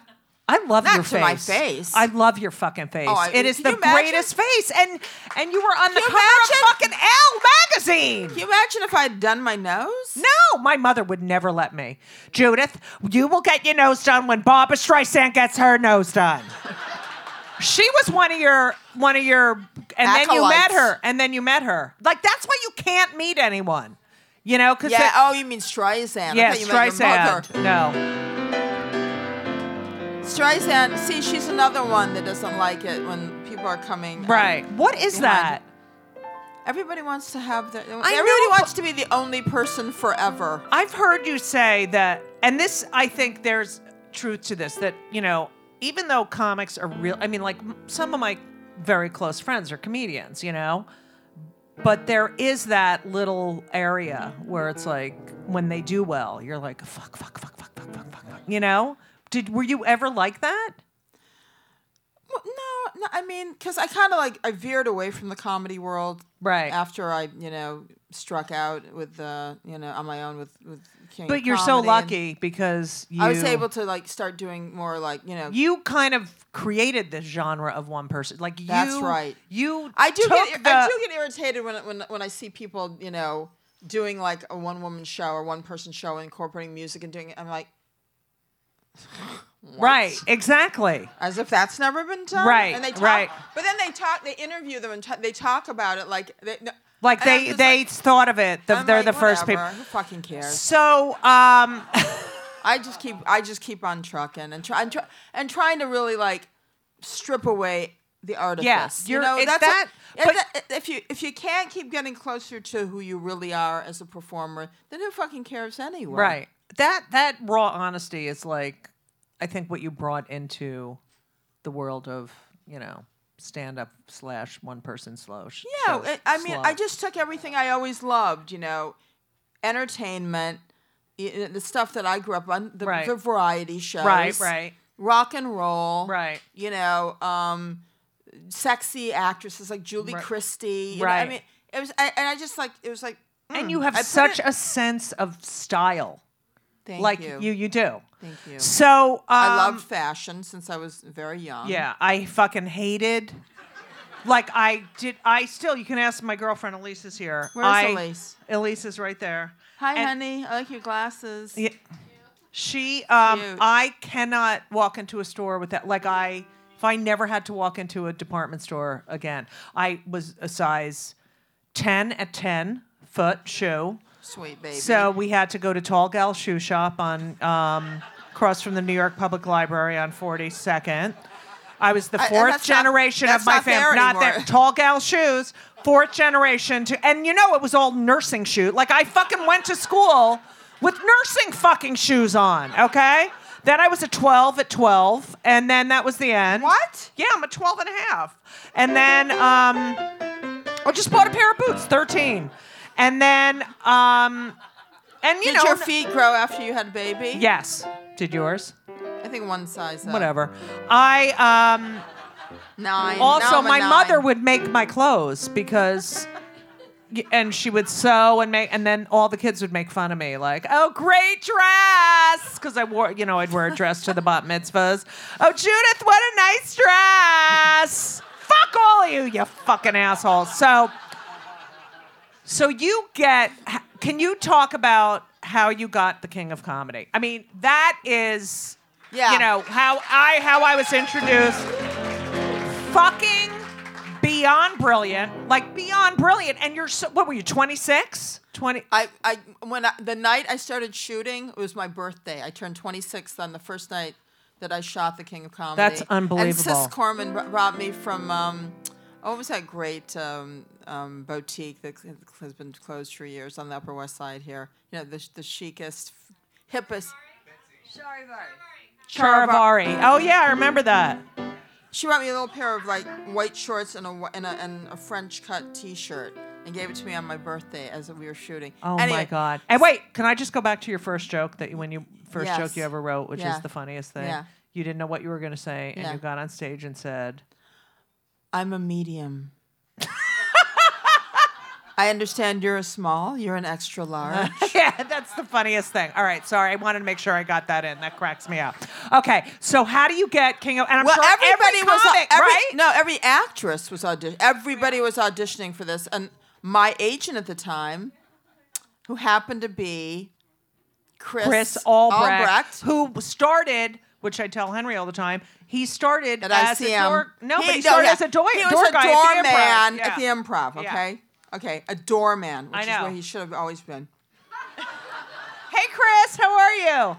Speaker 2: I love
Speaker 3: Not
Speaker 2: your
Speaker 3: to
Speaker 2: face.
Speaker 3: my face.
Speaker 2: I love your fucking face.
Speaker 3: Oh, I-
Speaker 2: it is
Speaker 3: can
Speaker 2: the
Speaker 3: you imagine?
Speaker 2: greatest face, and and you were on the
Speaker 3: you
Speaker 2: cover of
Speaker 3: imagine?
Speaker 2: fucking Elle magazine.
Speaker 3: Can you imagine if I had done my nose?
Speaker 2: No, my mother would never let me. Judith, you will get your nose done when Barbara Streisand gets her nose done. she was one of your one of your and then you met
Speaker 3: Acolytes.
Speaker 2: her and then you met her. Like that's why you can't meet anyone. You know, cuz
Speaker 3: Yeah. Oh, you mean Streisand? I
Speaker 2: yeah,
Speaker 3: thought you meant your mother.
Speaker 2: Streisand. No.
Speaker 3: Streisand. See, she's another one that doesn't like it when people are coming. um,
Speaker 2: Right. What is that?
Speaker 3: Behind. Everybody wants to have their.
Speaker 2: I
Speaker 3: Everybody
Speaker 2: know,
Speaker 3: wants to be the only person forever.
Speaker 2: I've heard you say that, and this, I think there's truth to this that, you know, even though comics are real, I mean, like m- some of my very close friends are comedians, you know, but there is that little area where it's like when they do well, you're like, fuck, fuck, fuck, fuck, fuck, fuck, fuck, fuck, you know? Did, were you ever like that?
Speaker 3: Well, no, no, I mean, because I kind of like I veered away from the comedy world
Speaker 2: Right.
Speaker 3: after I, you know, struck out with uh, you know, on my own with with King.
Speaker 2: But
Speaker 3: of
Speaker 2: you're so
Speaker 3: Comedy, and
Speaker 2: lucky because you.
Speaker 3: I was able to like start doing more like you know.
Speaker 2: You kind of created this genre of one person. Like you.
Speaker 3: That's right.
Speaker 2: You.
Speaker 3: I do
Speaker 2: took
Speaker 3: get
Speaker 2: the,
Speaker 3: I do get irritated when when when I see people you know doing like a one woman show or one person show incorporating music and doing it. I'm like
Speaker 2: Right, exactly.
Speaker 3: as if that's never been done.
Speaker 2: Right,
Speaker 3: And they talk,
Speaker 2: right.
Speaker 3: But then they talk. They interview them and t- they talk about it like they. No,
Speaker 2: Like
Speaker 3: and I'm
Speaker 2: they
Speaker 3: just
Speaker 2: they
Speaker 3: like-
Speaker 2: thought of it. The,
Speaker 3: I'm
Speaker 2: they're
Speaker 3: like,
Speaker 2: the first
Speaker 3: whatever,
Speaker 2: people.
Speaker 3: Who fucking cares?
Speaker 2: So um,
Speaker 3: I just keep I just keep on trucking and try, and, try, and trying to really like strip away the artifice. you
Speaker 2: you're-
Speaker 3: know
Speaker 2: it's
Speaker 3: that's
Speaker 2: that-
Speaker 3: a-
Speaker 2: but-
Speaker 3: that- if you if you can't keep getting closer to who you really are as a performer, then who fucking cares anyway?
Speaker 2: right, that that raw honesty is like, I think what you brought into the world of you know stand up slash one person slow. sh-
Speaker 3: Yeah,
Speaker 2: shows,
Speaker 3: I- I mean, I
Speaker 2: slow.
Speaker 3: just took everything I always loved, you know, entertainment, y- y- the stuff that I grew up on, the,
Speaker 2: Right.
Speaker 3: the variety shows,
Speaker 2: Right, right.
Speaker 3: rock and roll,
Speaker 2: Right.
Speaker 3: you know, um, sexy actresses like Julie
Speaker 2: Right.
Speaker 3: Christie, you know,
Speaker 2: Right.
Speaker 3: I mean, it was, I, and I just like it was like
Speaker 2: and you have
Speaker 3: Mm, I put
Speaker 2: such
Speaker 3: it-
Speaker 2: a sense of style.
Speaker 3: Thank
Speaker 2: like
Speaker 3: you.
Speaker 2: you. you, do.
Speaker 3: Thank you.
Speaker 2: So um,
Speaker 3: I love fashion since I was very young.
Speaker 2: Yeah, I fucking hated. Like I did, I still. You can ask my girlfriend Elise is here.
Speaker 3: Where's
Speaker 2: I-
Speaker 3: Elise?
Speaker 2: Elise is right there.
Speaker 3: Hi,
Speaker 2: And
Speaker 3: honey. I like your glasses.
Speaker 2: Yeah. She, um,
Speaker 3: Cute.
Speaker 2: I cannot walk into a store with that. Like I, if I never had to walk into a department store again, I was a size ten at ten foot shoe.
Speaker 3: Sweet baby.
Speaker 2: So we had to go to Tall Gal Shoe Shop on um, across from the New York Public Library on 42nd. I was the
Speaker 3: I- and
Speaker 2: fourth
Speaker 3: that's not-
Speaker 2: generation
Speaker 3: that's
Speaker 2: of my
Speaker 3: not there
Speaker 2: family. Not there.
Speaker 3: anymore.
Speaker 2: Tall Gal Shoes, fourth generation. To, and you know, it was all nursing shoe. Like, I fucking went to school with nursing fucking shoes on, okay? Then I was a 12 at 12, and then that was the end.
Speaker 3: What?
Speaker 2: Yeah, I'm a 12 and a half. And then um, I just bought a pair of boots, 13. And then, um, and you
Speaker 3: Did
Speaker 2: know,
Speaker 3: your feet grow after you had a baby?
Speaker 2: yes. Did yours?
Speaker 3: I think one size. Up.
Speaker 2: Whatever. I um,
Speaker 3: Nine. Now
Speaker 2: also
Speaker 3: I'm a
Speaker 2: my
Speaker 3: nine.
Speaker 2: mother would make my clothes because, y- and she would sew and make, and then all the kids would make fun of me like, oh great dress, because I wore, you know, I'd wear a dress to the bat mitzvahs. Oh Judith, what a nice dress! Fuck all of you, you fucking assholes. So. So you get? h- Can you talk about how you got the King of Comedy? I mean, that is,
Speaker 3: Yeah.
Speaker 2: you know, how I how I was introduced. Fucking beyond brilliant, like beyond brilliant. And you're so, what were you? Twenty six? Twenty?
Speaker 3: I, I when I, the night I started shooting it was my birthday. I turned 26 on the first night that I shot The King of Comedy.
Speaker 2: That's
Speaker 3: And Sis
Speaker 2: unbelievable.
Speaker 3: Corman br- brought me from um, oh, what was that great um, um, boutique that has been closed for years on the Upper West Side here? You know, the the chicest, hippest.
Speaker 6: Shari Bar.
Speaker 2: Charavari. Oh yeah, I remember that.
Speaker 3: She brought me a little pair of like white shorts and a wh- and a, and a French cut T-shirt and gave it to me on my birthday as we were shooting.
Speaker 2: Oh my
Speaker 3: Anyway,
Speaker 2: god. And wait, can I just go back to your first joke that you, when you first
Speaker 3: Yes.
Speaker 2: joke you ever wrote, which
Speaker 3: Yeah.
Speaker 2: is the funniest thing.
Speaker 3: Yeah.
Speaker 2: You didn't know what you were going to say, and
Speaker 3: Yeah.
Speaker 2: you got on stage and said.
Speaker 3: I'm a medium. I understand you're a small, you're an extra large.
Speaker 2: yeah, that's the funniest thing. All right, sorry. I wanted to make sure I got that in. That cracks me up. Okay, so how do you get King of? And I'm
Speaker 3: Well,
Speaker 2: sure
Speaker 3: everybody
Speaker 2: every
Speaker 3: was
Speaker 2: comic,
Speaker 3: every,
Speaker 2: right?
Speaker 3: no, every actress was auditioning. Everybody was auditioning for this, and my agent at the time, who happened to be Chris,
Speaker 2: Chris Albrecht,
Speaker 3: Albrecht,
Speaker 2: who started, which I tell Henry all the time, he started
Speaker 3: at
Speaker 2: as
Speaker 3: ICM.
Speaker 2: a door. No, but he
Speaker 3: no,
Speaker 2: started
Speaker 3: yeah.
Speaker 2: as a door,
Speaker 3: He
Speaker 2: door
Speaker 3: was a
Speaker 2: guy
Speaker 3: doorman
Speaker 2: at the improv. Yeah.
Speaker 3: Improv,
Speaker 2: Yeah.
Speaker 3: okay, okay, a doorman,
Speaker 2: I
Speaker 3: which is
Speaker 2: know.
Speaker 3: where he should have always been.
Speaker 2: Hey, Chris, how are you?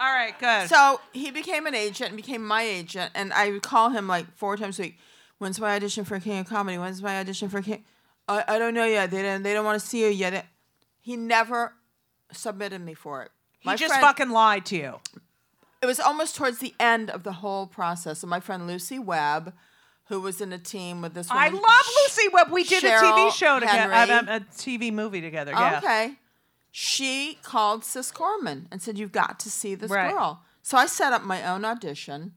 Speaker 2: All right, good.
Speaker 3: So he became an agent and became my agent, and I would call him like four times a week. When's my audition for King of Comedy? When's my audition for King? I, I don't know yet. They don't. They don't want to see you yet. He never submitted me for it.
Speaker 2: he just
Speaker 3: friend-
Speaker 2: fucking lied to you.
Speaker 3: It was almost towards the end of the whole process. And my friend Lucy Webb, who was in a team with this. Woman,
Speaker 2: I love Lucy Webb. We did a
Speaker 3: Cheryl
Speaker 2: TV show together,
Speaker 3: Henry.
Speaker 2: um, a TV movie together. Yeah.
Speaker 3: Okay. She called Sis Corman and said, You've got to see this
Speaker 2: Right.
Speaker 3: girl. So I set up my own audition.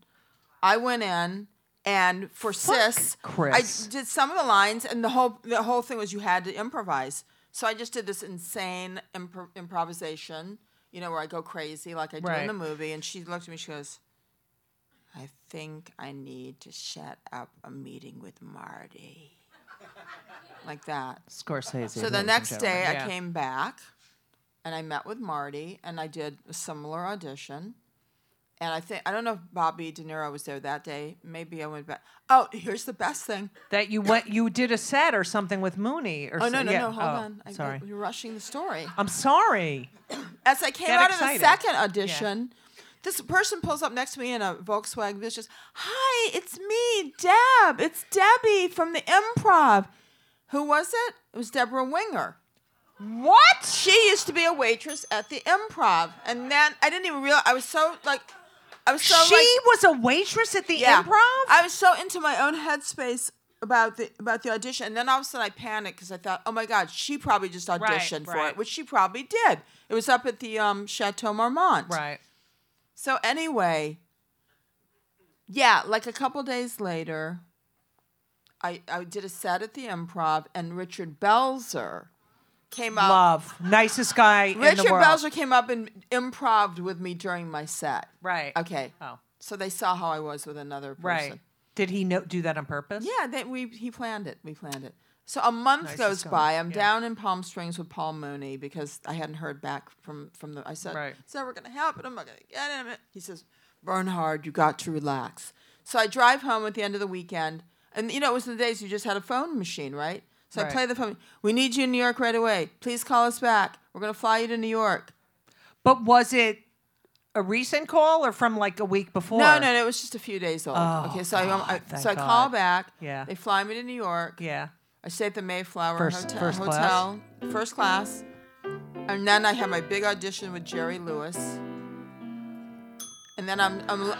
Speaker 3: I went in and for Sis,
Speaker 2: Chris.
Speaker 3: I did some of the lines and the whole the whole thing was you had to improvise. So I just did this insane impro- improvisation, you know, where I go crazy like I do in
Speaker 2: Right.
Speaker 3: the movie. And she looked at me, she goes, I think I need to set up a meeting with Marty. like that.
Speaker 2: Scorsese.
Speaker 3: So the
Speaker 2: ladies
Speaker 3: next
Speaker 2: and
Speaker 3: day,
Speaker 2: gentlemen.
Speaker 3: I
Speaker 2: Yeah.
Speaker 3: came back and I met with Marty and I did a similar audition. And I think I don't know if Bobby De Niro was there that day. Maybe I went back. Oh, here's the best thing.
Speaker 2: That you went, you did a set or something with Mooney or
Speaker 3: Oh no,
Speaker 2: so-
Speaker 3: no,
Speaker 2: yeah.
Speaker 3: no! Hold
Speaker 2: Oh,
Speaker 3: on. I,
Speaker 2: sorry,
Speaker 3: You're rushing the story.
Speaker 2: I'm sorry.
Speaker 3: As I came
Speaker 2: Get
Speaker 3: out of
Speaker 2: excited.
Speaker 3: the second audition, this person pulls up next to me in a Volkswagen. This just, hi, it's me, Deb. It's Debbie from the Improv. Who was it? It was Deborah Winger.
Speaker 2: What?
Speaker 3: She used to be a waitress at the Improv, and then I didn't even realize I was so like, I was so
Speaker 2: she
Speaker 3: like,
Speaker 2: was a waitress at the
Speaker 3: yeah.
Speaker 2: improv.
Speaker 3: I was so into my own headspace about the about the audition, and then all of a sudden I panicked because I thought, oh my god, she probably just auditioned for
Speaker 2: right.
Speaker 3: it, which she probably did. It was up at the um, Chateau Marmont, So anyway, yeah, like a couple days later, I I did a set at the Improv, and Richard Belzer came up.
Speaker 2: Love. Nicest guy in the
Speaker 3: uh, Richard
Speaker 2: world.
Speaker 3: Belzer came up and improved with me during my set.
Speaker 2: Right.
Speaker 3: Okay.
Speaker 2: Oh.
Speaker 3: So they saw how I was with another person.
Speaker 2: Right. Did he know, do that on purpose?
Speaker 3: Yeah, they, we he planned it. We planned it. So a month
Speaker 2: Nice,
Speaker 3: goes
Speaker 2: it's gone.
Speaker 3: by. I'm
Speaker 2: Yeah.
Speaker 3: down in Palm Springs with Paul Mooney because I hadn't heard back from from the. I said
Speaker 2: Right.
Speaker 3: it's never going to happen. I'm not going to get him. He says, Bernhard, you got to relax. So I drive home at the end of the weekend, and you know it was the days you just had a phone machine, right? So I
Speaker 2: Right.
Speaker 3: play the phone. We need you in New York right away. Please call us back. We're going to fly you to New York.
Speaker 2: But was it a recent call or from like a week before?
Speaker 3: No, no, no. It was just a few days old. okay, so I, I
Speaker 2: thank
Speaker 3: so I call
Speaker 2: Oh, God.
Speaker 3: back.
Speaker 2: Yeah.
Speaker 3: They fly me to New York.
Speaker 2: Yeah.
Speaker 3: I stayed at the Mayflower
Speaker 2: First-
Speaker 3: Hotel,
Speaker 2: first class?
Speaker 3: hotel first class. And then I had my big audition with Jerry Lewis. And then I'm I'm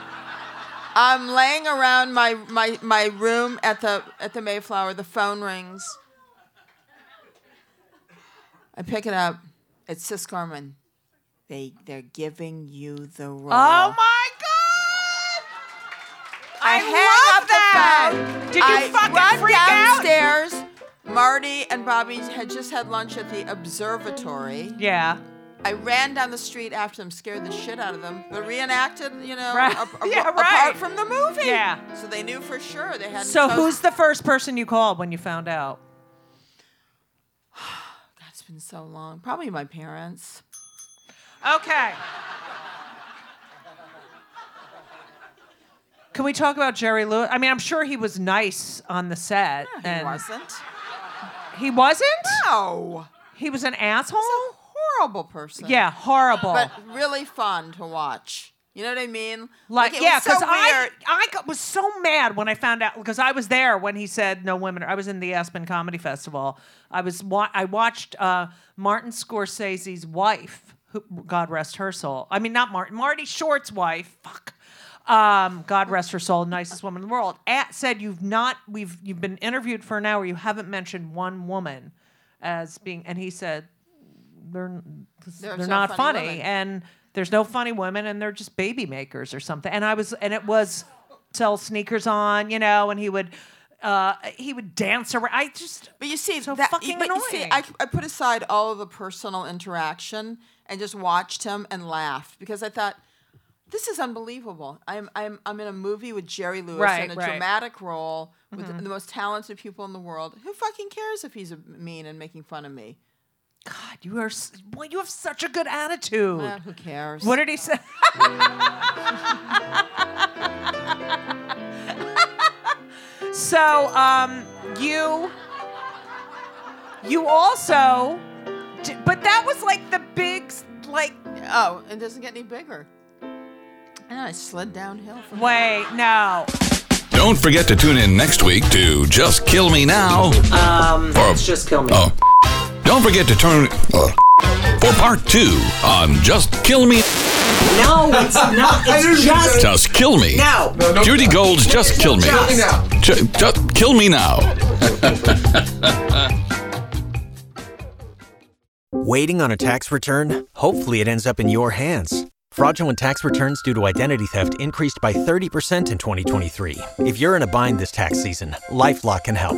Speaker 3: I'm laying around my, my, my room at the at the Mayflower, the phone rings. I pick it up. It's Sis Gorman. They they're giving you the role.
Speaker 2: Oh my God! I,
Speaker 3: hang
Speaker 2: love
Speaker 3: up the
Speaker 2: that.
Speaker 3: phone.
Speaker 2: Did you
Speaker 3: I
Speaker 2: fucking
Speaker 3: run
Speaker 2: freak out?
Speaker 3: downstairs. Marty and Bobby had just had lunch at the observatory.
Speaker 2: Yeah.
Speaker 3: I ran down the street after them, scared the shit out of them, but reenacted, you know,
Speaker 2: Right.
Speaker 3: a- a-
Speaker 2: Yeah,
Speaker 3: apart
Speaker 2: right.
Speaker 3: from the movie.
Speaker 2: Yeah.
Speaker 3: So they knew for sure they had.
Speaker 2: So who's the first person you called when you found out?
Speaker 3: God, it's been so long. Probably my parents.
Speaker 2: Okay. Can we talk about Jerry Lewis? I mean, I'm sure he was nice on the set.
Speaker 3: He
Speaker 2: and
Speaker 3: wasn't.
Speaker 2: He wasn't?
Speaker 3: No.
Speaker 2: He was an asshole?
Speaker 3: He's a horrible person.
Speaker 2: yeah, horrible.
Speaker 3: But really fun to watch. You know what I mean?
Speaker 2: Like,
Speaker 3: it
Speaker 2: yeah,
Speaker 3: was so
Speaker 2: because I,
Speaker 3: weird.
Speaker 2: I got, was so mad when I found out because I was there when he said no women. I was in the Aspen Comedy Festival. I was wa- I watched uh, Martin Scorsese's wife, who, God rest her soul. I mean, not Martin, Marty Short's wife. Fuck. Um, God rest her soul, nicest woman in the world. At, said you've not we've you've been interviewed for an hour. You haven't mentioned one woman as being, and he said they're they're,
Speaker 3: so
Speaker 2: not
Speaker 3: funny
Speaker 2: funny,
Speaker 3: women.
Speaker 2: and there's no funny women and they're just baby makers or something and i was and it was sell sneakers on you know and he would uh he would dance around i just
Speaker 3: But you see,
Speaker 2: So
Speaker 3: that,
Speaker 2: fucking
Speaker 3: but you see,
Speaker 2: annoying.
Speaker 3: I, I put aside all of the personal interaction and just watched him and laughed because I thought, this is unbelievable. I'm I'm I'm in a movie with Jerry Lewis
Speaker 2: Right,
Speaker 3: in a
Speaker 2: right. Mm-hmm.
Speaker 3: dramatic role with the, the most talented people in the world. Who fucking cares if he's a mean and making fun of me?
Speaker 2: god you are s- well you have such a good attitude
Speaker 3: Eh, who cares?
Speaker 2: what did he say so um you you also d- but that was like the big s- like
Speaker 3: oh, it doesn't get any bigger. And I slid downhill from
Speaker 2: wait no
Speaker 9: Don't forget to tune in next week to Just Kill Me Now. Um, for,
Speaker 5: Just kill me.
Speaker 9: oh, don't forget to turn uh, for part two on Just Kill Me.
Speaker 5: No, it's not. It's just
Speaker 9: Just Kill Me.
Speaker 5: now.
Speaker 9: Judy Gold's Just Kill Me.
Speaker 5: Kill Me Now.
Speaker 9: Ju- just Kill Me Now.
Speaker 10: Waiting on a tax return? Hopefully, it ends up in your hands. Fraudulent tax returns due to identity theft increased by 30% in 2023. If you're in a bind this tax season, LifeLock can help.